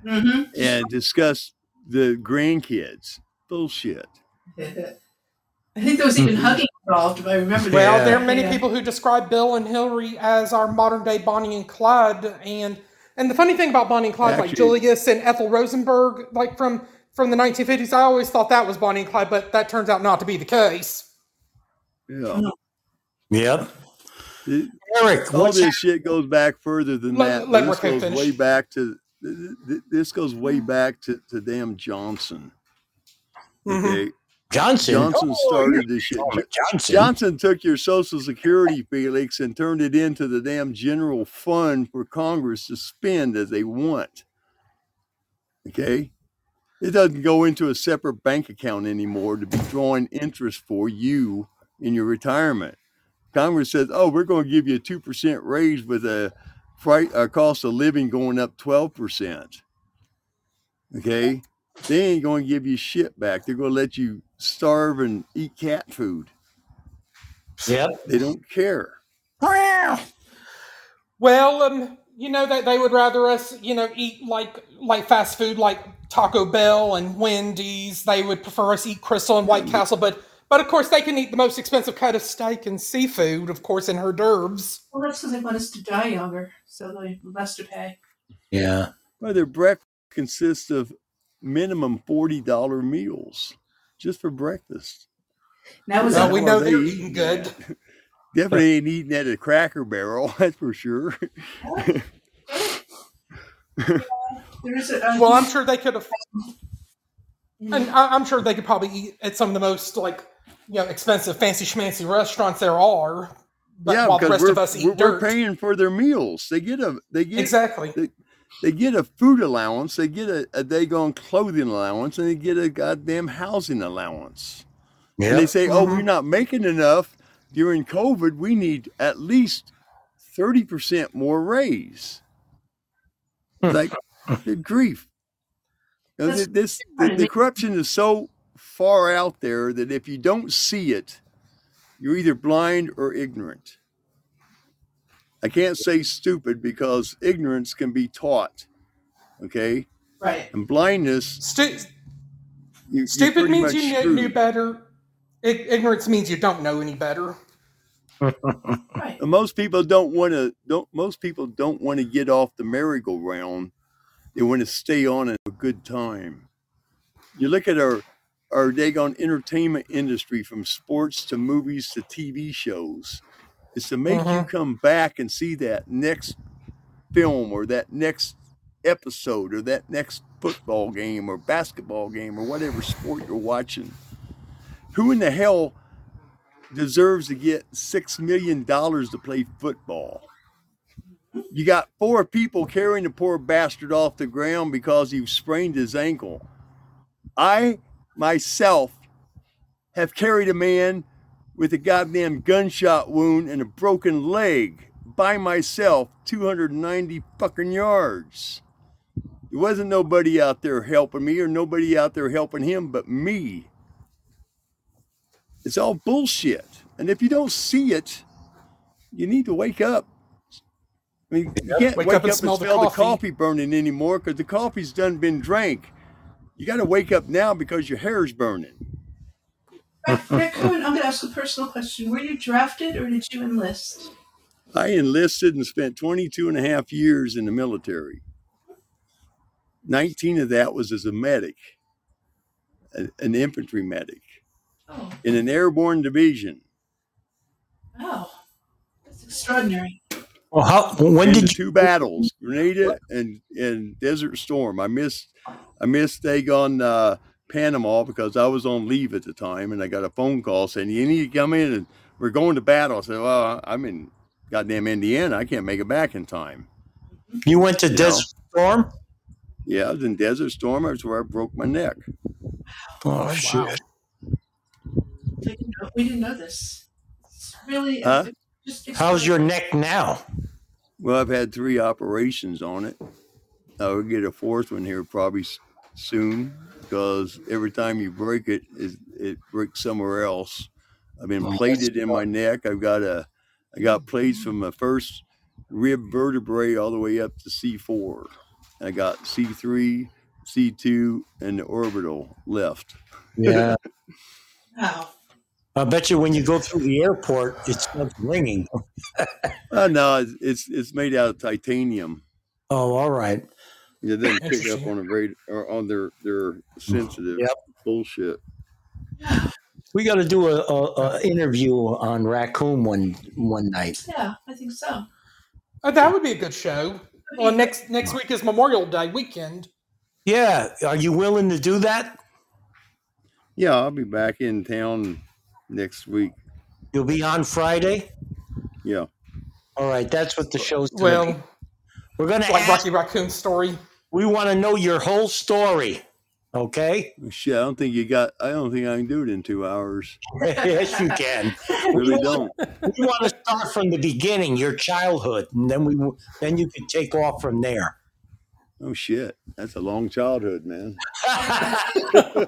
[SPEAKER 1] Mm-hmm.
[SPEAKER 6] and discussed the grandkids. Bullshit.
[SPEAKER 1] I think there was even
[SPEAKER 3] Mhm.
[SPEAKER 1] hugging involved, if I remember.
[SPEAKER 7] Mm-hmm. Well,
[SPEAKER 3] Yeah.
[SPEAKER 7] there are many
[SPEAKER 1] Yeah.
[SPEAKER 7] people who describe Bill and Hillary as our modern day Bonnie and Clyde, and and the funny thing about Bonnie and Clyde, like
[SPEAKER 6] Actually-
[SPEAKER 7] Julius and Ethel Rosenberg, like from from the 1950s, I always thought that was Bonnie and Clyde, but that turns out not to be the case.
[SPEAKER 6] Yeah.
[SPEAKER 3] Yep.
[SPEAKER 6] It-
[SPEAKER 3] Eric,
[SPEAKER 6] all
[SPEAKER 3] what's
[SPEAKER 6] this shit goes back further than
[SPEAKER 7] Let-
[SPEAKER 6] that.
[SPEAKER 7] let
[SPEAKER 6] This
[SPEAKER 7] Rick
[SPEAKER 6] goes
[SPEAKER 7] finish.
[SPEAKER 6] way back to th- th- this goes way back to, to damn Johnson.
[SPEAKER 7] Mhm.
[SPEAKER 6] Okay,
[SPEAKER 3] Johnson?
[SPEAKER 6] Johnson
[SPEAKER 3] Oh, you're
[SPEAKER 6] started this shit.
[SPEAKER 3] calling
[SPEAKER 6] Jo-
[SPEAKER 3] it Johnson.
[SPEAKER 6] Johnson took your Social Security, Felix, and turned it into the damn general fund for Congress to spend as they want. Okay, it doesn't go into a separate bank account anymore to be drawing interest for you in your retirement. Congress says, "Oh, we're going to give you a two percent raise with a price, a cost of living going up twelve percent." Okay, they ain't going to give you shit back. They're going to let you starve and eat cat food.
[SPEAKER 3] Yep.
[SPEAKER 6] They don't care.
[SPEAKER 7] Well, um, you know that they would rather us, you know, eat like like fast food, like Taco Bell and Wendy's. They would prefer us eat Crystal and White Castle, but but of course they can eat the most expensive cut of steak and seafood, of course, and hors d'oeuvres.
[SPEAKER 1] Well, that's because they want us to die younger, so they want us to pay.
[SPEAKER 3] Yeah.
[SPEAKER 6] Well, their breakfast consists of minimum forty dollar meals just for breakfast.
[SPEAKER 1] Now
[SPEAKER 6] Where
[SPEAKER 1] was
[SPEAKER 6] the
[SPEAKER 7] Well,
[SPEAKER 1] that
[SPEAKER 7] we
[SPEAKER 6] hell are
[SPEAKER 7] know
[SPEAKER 6] they
[SPEAKER 7] they're eating
[SPEAKER 6] eating
[SPEAKER 7] good.
[SPEAKER 6] that? Definitely ain't eating that at a Cracker Barrel. That's for sure.
[SPEAKER 1] there is a um,
[SPEAKER 7] Well, I'm sure they could have, and I, I'm sure they could probably eat at some of the most like you know expensive fancy schmancy restaurants there are. But
[SPEAKER 6] yeah,
[SPEAKER 7] while the
[SPEAKER 6] because
[SPEAKER 7] rest
[SPEAKER 6] we're,
[SPEAKER 7] of us eat
[SPEAKER 6] we're we're
[SPEAKER 7] dirt,
[SPEAKER 6] paying for their meals. They get a they get
[SPEAKER 7] exactly.
[SPEAKER 6] they, they get a food allowance, they get a, a day gone clothing allowance, and they get a goddamn housing allowance. And they
[SPEAKER 3] Yep.
[SPEAKER 6] say, oh, we're
[SPEAKER 7] Mhm.
[SPEAKER 6] not making enough during COVID. We need at least 30% more raise. Like, good grief. You know,
[SPEAKER 1] That's-
[SPEAKER 6] th- this, the, the corruption is so far out there that if you don't see it, you're either blind or ignorant. I can't say stupid because ignorance can be taught, okay?
[SPEAKER 1] right.
[SPEAKER 6] And blindness,
[SPEAKER 7] Stu-
[SPEAKER 6] you, you're
[SPEAKER 7] Stupid
[SPEAKER 6] pretty
[SPEAKER 7] means
[SPEAKER 6] much
[SPEAKER 7] you knew, knew
[SPEAKER 6] screwed.
[SPEAKER 7] better. Ig- ignorance means you don't know any better.
[SPEAKER 1] Right.
[SPEAKER 6] And most people don't want to. Don't most people don't want to get off the merry-go-round. They want to stay on it a good time. You look at our our daggone entertainment industry, from sports to movies to TV shows. It's to make you
[SPEAKER 7] Mhm.
[SPEAKER 6] come back and see that next film or that next episode or that next football game or basketball game or whatever sport you're watching. Who in the hell deserves to get six million dollars to play football? You got four people carrying the poor bastard off the ground because he sprained his ankle. I myself have carried a man with a goddamn gunshot wound and a broken leg by myself 290 fucking yards. There wasn't nobody out there helping me or nobody out there helping him but me. It's all bullshit. And if you don't see it, you need to wake up. I mean, you
[SPEAKER 7] Yep.
[SPEAKER 6] can't
[SPEAKER 7] Wake
[SPEAKER 6] wake
[SPEAKER 7] up
[SPEAKER 6] up
[SPEAKER 7] and
[SPEAKER 6] and
[SPEAKER 7] smell
[SPEAKER 6] smell
[SPEAKER 7] the
[SPEAKER 6] the
[SPEAKER 7] coffee.
[SPEAKER 6] coffee burning anymore because the coffee's done been drank. You got to wake up now because your hair's burning.
[SPEAKER 1] Rick Cohen, I'm going to ask a personal question. Were you drafted or did you enlist?
[SPEAKER 6] I enlisted and spent 22 and a half years in the military. 19 of that was as a medic, a- an infantry medic
[SPEAKER 1] Oh,
[SPEAKER 6] in an airborne division.
[SPEAKER 1] wow. That's extraordinary.
[SPEAKER 3] Well, how, when
[SPEAKER 6] and the
[SPEAKER 3] did you?
[SPEAKER 6] two battles, Grenada and and Desert Storm. I missed I missed Dagon uh, Panama because I was on leave at the time, and I got a phone call saying you need to come in and we're going to battle. I said, well, I'm in goddamn Indiana. I can't make it back in time.
[SPEAKER 3] You went to
[SPEAKER 6] You know,
[SPEAKER 3] Desert Storm?
[SPEAKER 6] yeah, I was in Desert Storm. That's where I broke my neck.
[SPEAKER 3] Oh
[SPEAKER 7] Oh
[SPEAKER 3] shit!
[SPEAKER 7] wow.
[SPEAKER 1] We didn't know, we didn't know this. It's really uh,
[SPEAKER 6] Huh?
[SPEAKER 1] just
[SPEAKER 3] How's your
[SPEAKER 1] extraordinary.
[SPEAKER 3] neck now?
[SPEAKER 6] Well, I've had three operations on it. I will get a fourth one here probably s- soon because every time you break it, it, it breaks somewhere else. I've been
[SPEAKER 3] Oh, that's
[SPEAKER 6] plated in my neck. I've got a, I got plates from my first rib vertebrae all the way up to C4. I got C3, C2, and the orbital left.
[SPEAKER 3] yeah.
[SPEAKER 1] Wow.
[SPEAKER 3] I bet you when you go through the airport, it starts ringing.
[SPEAKER 6] Uh, no, it's, it's it's made out of titanium.
[SPEAKER 3] Oh, all right.
[SPEAKER 6] It doesn't pick up
[SPEAKER 7] Interesting.
[SPEAKER 6] on a rate or on their their sensitive
[SPEAKER 3] Yep.
[SPEAKER 6] bullshit.
[SPEAKER 1] Yeah.
[SPEAKER 3] We got to do a, a, a interview on raccoon one one night.
[SPEAKER 1] Yeah, I think so.
[SPEAKER 7] Oh, that would be a good show.
[SPEAKER 1] That'd
[SPEAKER 7] Well,
[SPEAKER 1] be great.
[SPEAKER 7] next next week is Memorial Day weekend.
[SPEAKER 3] Yeah. Are you willing to do that?
[SPEAKER 6] Yeah, I'll be back in town next week.
[SPEAKER 3] You'll be on Friday.
[SPEAKER 6] Yeah.
[SPEAKER 3] All right. That's what the show's going to be.
[SPEAKER 7] Well,
[SPEAKER 3] We're going
[SPEAKER 7] it's
[SPEAKER 3] to
[SPEAKER 7] like
[SPEAKER 3] ask.
[SPEAKER 7] Rocky Raccoon's story.
[SPEAKER 3] We want to know your whole story. Okay.
[SPEAKER 6] Oh, Shit, I don't think you got I don't think I can do it in two hours.
[SPEAKER 3] yes, you can. We
[SPEAKER 6] Really
[SPEAKER 3] want,
[SPEAKER 6] don't.
[SPEAKER 3] we want to start from the beginning, your childhood, and then we then you can take off from there.
[SPEAKER 6] Oh shit. That's a long childhood, man. I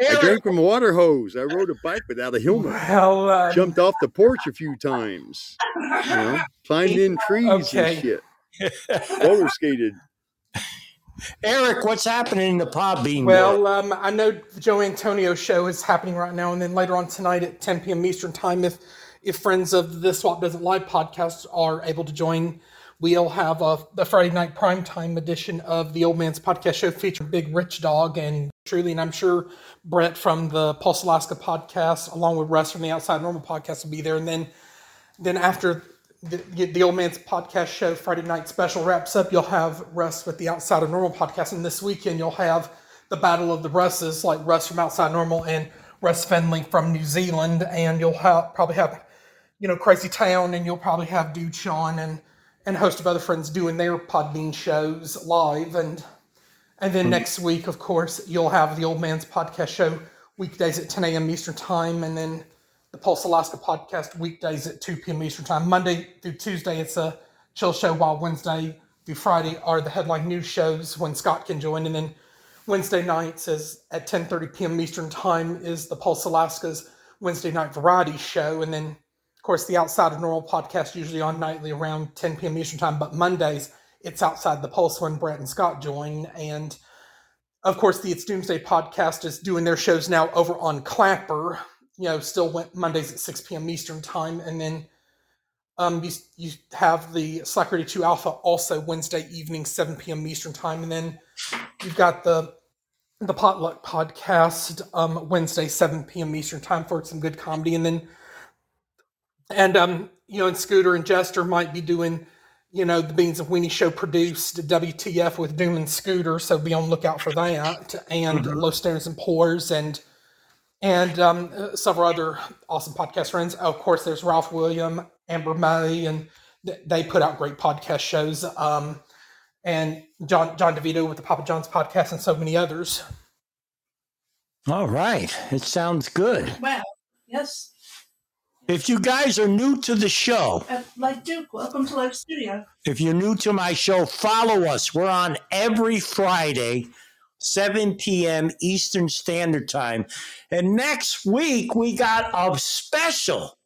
[SPEAKER 3] Eric,
[SPEAKER 6] drank from a water hose. I rode a bike without a helmet.
[SPEAKER 7] Well, um,
[SPEAKER 6] Jumped off the porch a few times. You know, climbed in trees and
[SPEAKER 7] okay.
[SPEAKER 6] shit. Roller skated.
[SPEAKER 3] Eric, what's happening in the pod bean world?
[SPEAKER 7] Well, um, I know the Joe Antonio show is happening right now, and then later on tonight at 10 p.m. Eastern time, if if friends of the Swap Doesn't Lie podcast are able to join, we'll have a, the Friday night primetime edition of the Old Man's Podcast Show featuring Big Rich Dog and Truly, and I'm sure Brett from the Pulse Alaska podcast, along with Russ from the Outside Normal podcast, will be there, and then then after the, the old man's podcast show friday night special wraps up you'll have russ with the outside of normal podcast and this weekend you'll have the battle of the russes like russ from outside normal and russ fenley from new zealand and you'll have probably have you know crazy town and you'll probably have dude sean and and a host of other friends doing their podbean shows live and and then next week, of course, you'll have the Old Man's Podcast Show weekdays at 10 a.m. Eastern Time, and then the Pulse Alaska Podcast weekdays at 2 p.m. Eastern Time. Monday through Tuesday, it's a chill show, while Wednesday through Friday are the headline news shows when Scott can join, and then Wednesday nights is at 10:30 p.m. Eastern Time is the Pulse Alaska's Wednesday night variety show, and then of course the Outside of Normal podcast usually on nightly around 10 p.m. Eastern Time, but Mondays it's outside the Pulse when Brett and Scott join, and of course the It's Doomsday podcast is doing their shows now over on Clapper. You know, still went Mondays at 6 p.m. Eastern Time, and then um, you, you have the Slack 32 Alpha also Wednesday evening 7 p.m. Eastern Time, and then you've got the the potluck podcast um, wednesday 7 p.m eastern time for some good comedy and then and um you know and scooter and jester might be doing you know the beans and weenie show produced wtf with doom and scooter so be on lookout for that and
[SPEAKER 3] Mhm.
[SPEAKER 7] low standards and pours and and um, uh, several other awesome podcast friends of course there's ralph william amber may and th- they put out great podcast shows um and john john devito with the papa john's podcast and so many others
[SPEAKER 3] All right. It sounds good.
[SPEAKER 1] Wow. Yes.
[SPEAKER 3] If you guys are new to the show,
[SPEAKER 1] Uh, like Duke, welcome to Live Studio.
[SPEAKER 3] if you're new to my show, follow us. We're on every Friday 7 p.m. Eastern Standard Time. And next week, we got a special.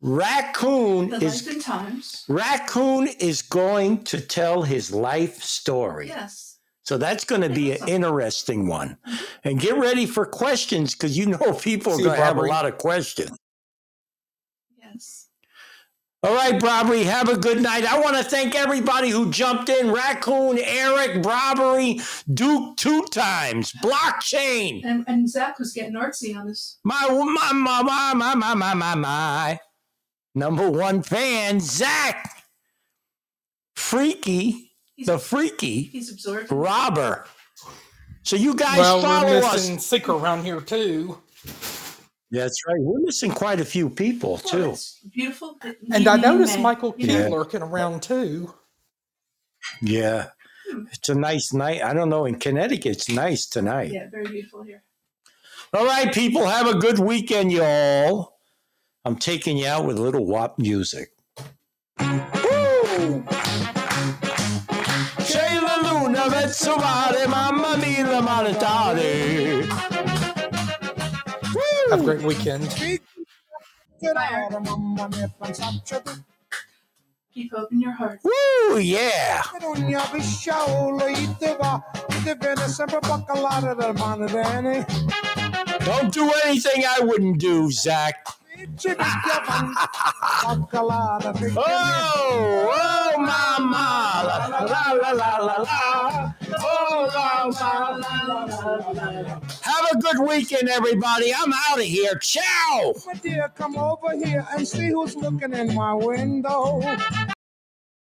[SPEAKER 3] Raccoon
[SPEAKER 1] The
[SPEAKER 3] is
[SPEAKER 1] Life and Times.
[SPEAKER 3] Raccoon is going to tell his life story.
[SPEAKER 1] Yes.
[SPEAKER 3] So that's going to be an interesting one. And get ready for questions because you know people are
[SPEAKER 7] See you,
[SPEAKER 3] going to have a
[SPEAKER 7] Barbary.
[SPEAKER 3] lot of questions.
[SPEAKER 1] Yes.
[SPEAKER 3] All right, Bobbery, have a good night. I want to thank everybody who jumped in Raccoon, Eric, Bobbery, Duke two times, Blockchain.
[SPEAKER 1] And and Zach was getting artsy on us.
[SPEAKER 3] My, my, my, my, my, my, my, my, my. Number one fan, Zach. Freaky,
[SPEAKER 1] He's,
[SPEAKER 3] the freaky
[SPEAKER 1] he's absorbed.
[SPEAKER 3] robber. So you guys
[SPEAKER 7] well, we're
[SPEAKER 3] follow us.
[SPEAKER 7] missing Seeker around here too.
[SPEAKER 3] That's right. We're missing quite a few people,
[SPEAKER 1] Well,
[SPEAKER 3] too.
[SPEAKER 1] Oh, it's beautiful. but
[SPEAKER 7] And I
[SPEAKER 1] evening in
[SPEAKER 7] noticed
[SPEAKER 1] May,
[SPEAKER 7] Michael
[SPEAKER 1] you
[SPEAKER 7] King
[SPEAKER 1] know?
[SPEAKER 3] Yeah.
[SPEAKER 7] lurking around too.
[SPEAKER 3] Yeah. It's a nice night. I don't know. In Connecticut, it's nice tonight.
[SPEAKER 1] Yeah, very beautiful here.
[SPEAKER 3] All right, people, have a good weekend, y'all. I'm taking you out with a little WAP music. Woo! C'è la luna verso mare, mamma mia, la maritare.
[SPEAKER 7] Have a
[SPEAKER 3] Woo!
[SPEAKER 7] great weekend.
[SPEAKER 1] Keep open your heart.
[SPEAKER 3] Woo, yeah. Don't do anything I wouldn't do, Zach. Oh, oh, mama. La, la, la, la, la, la. Oh, mama. Have a good weekend, everybody. I'm out of here. Ciao.
[SPEAKER 4] My dear, come over here and see who's looking in my window.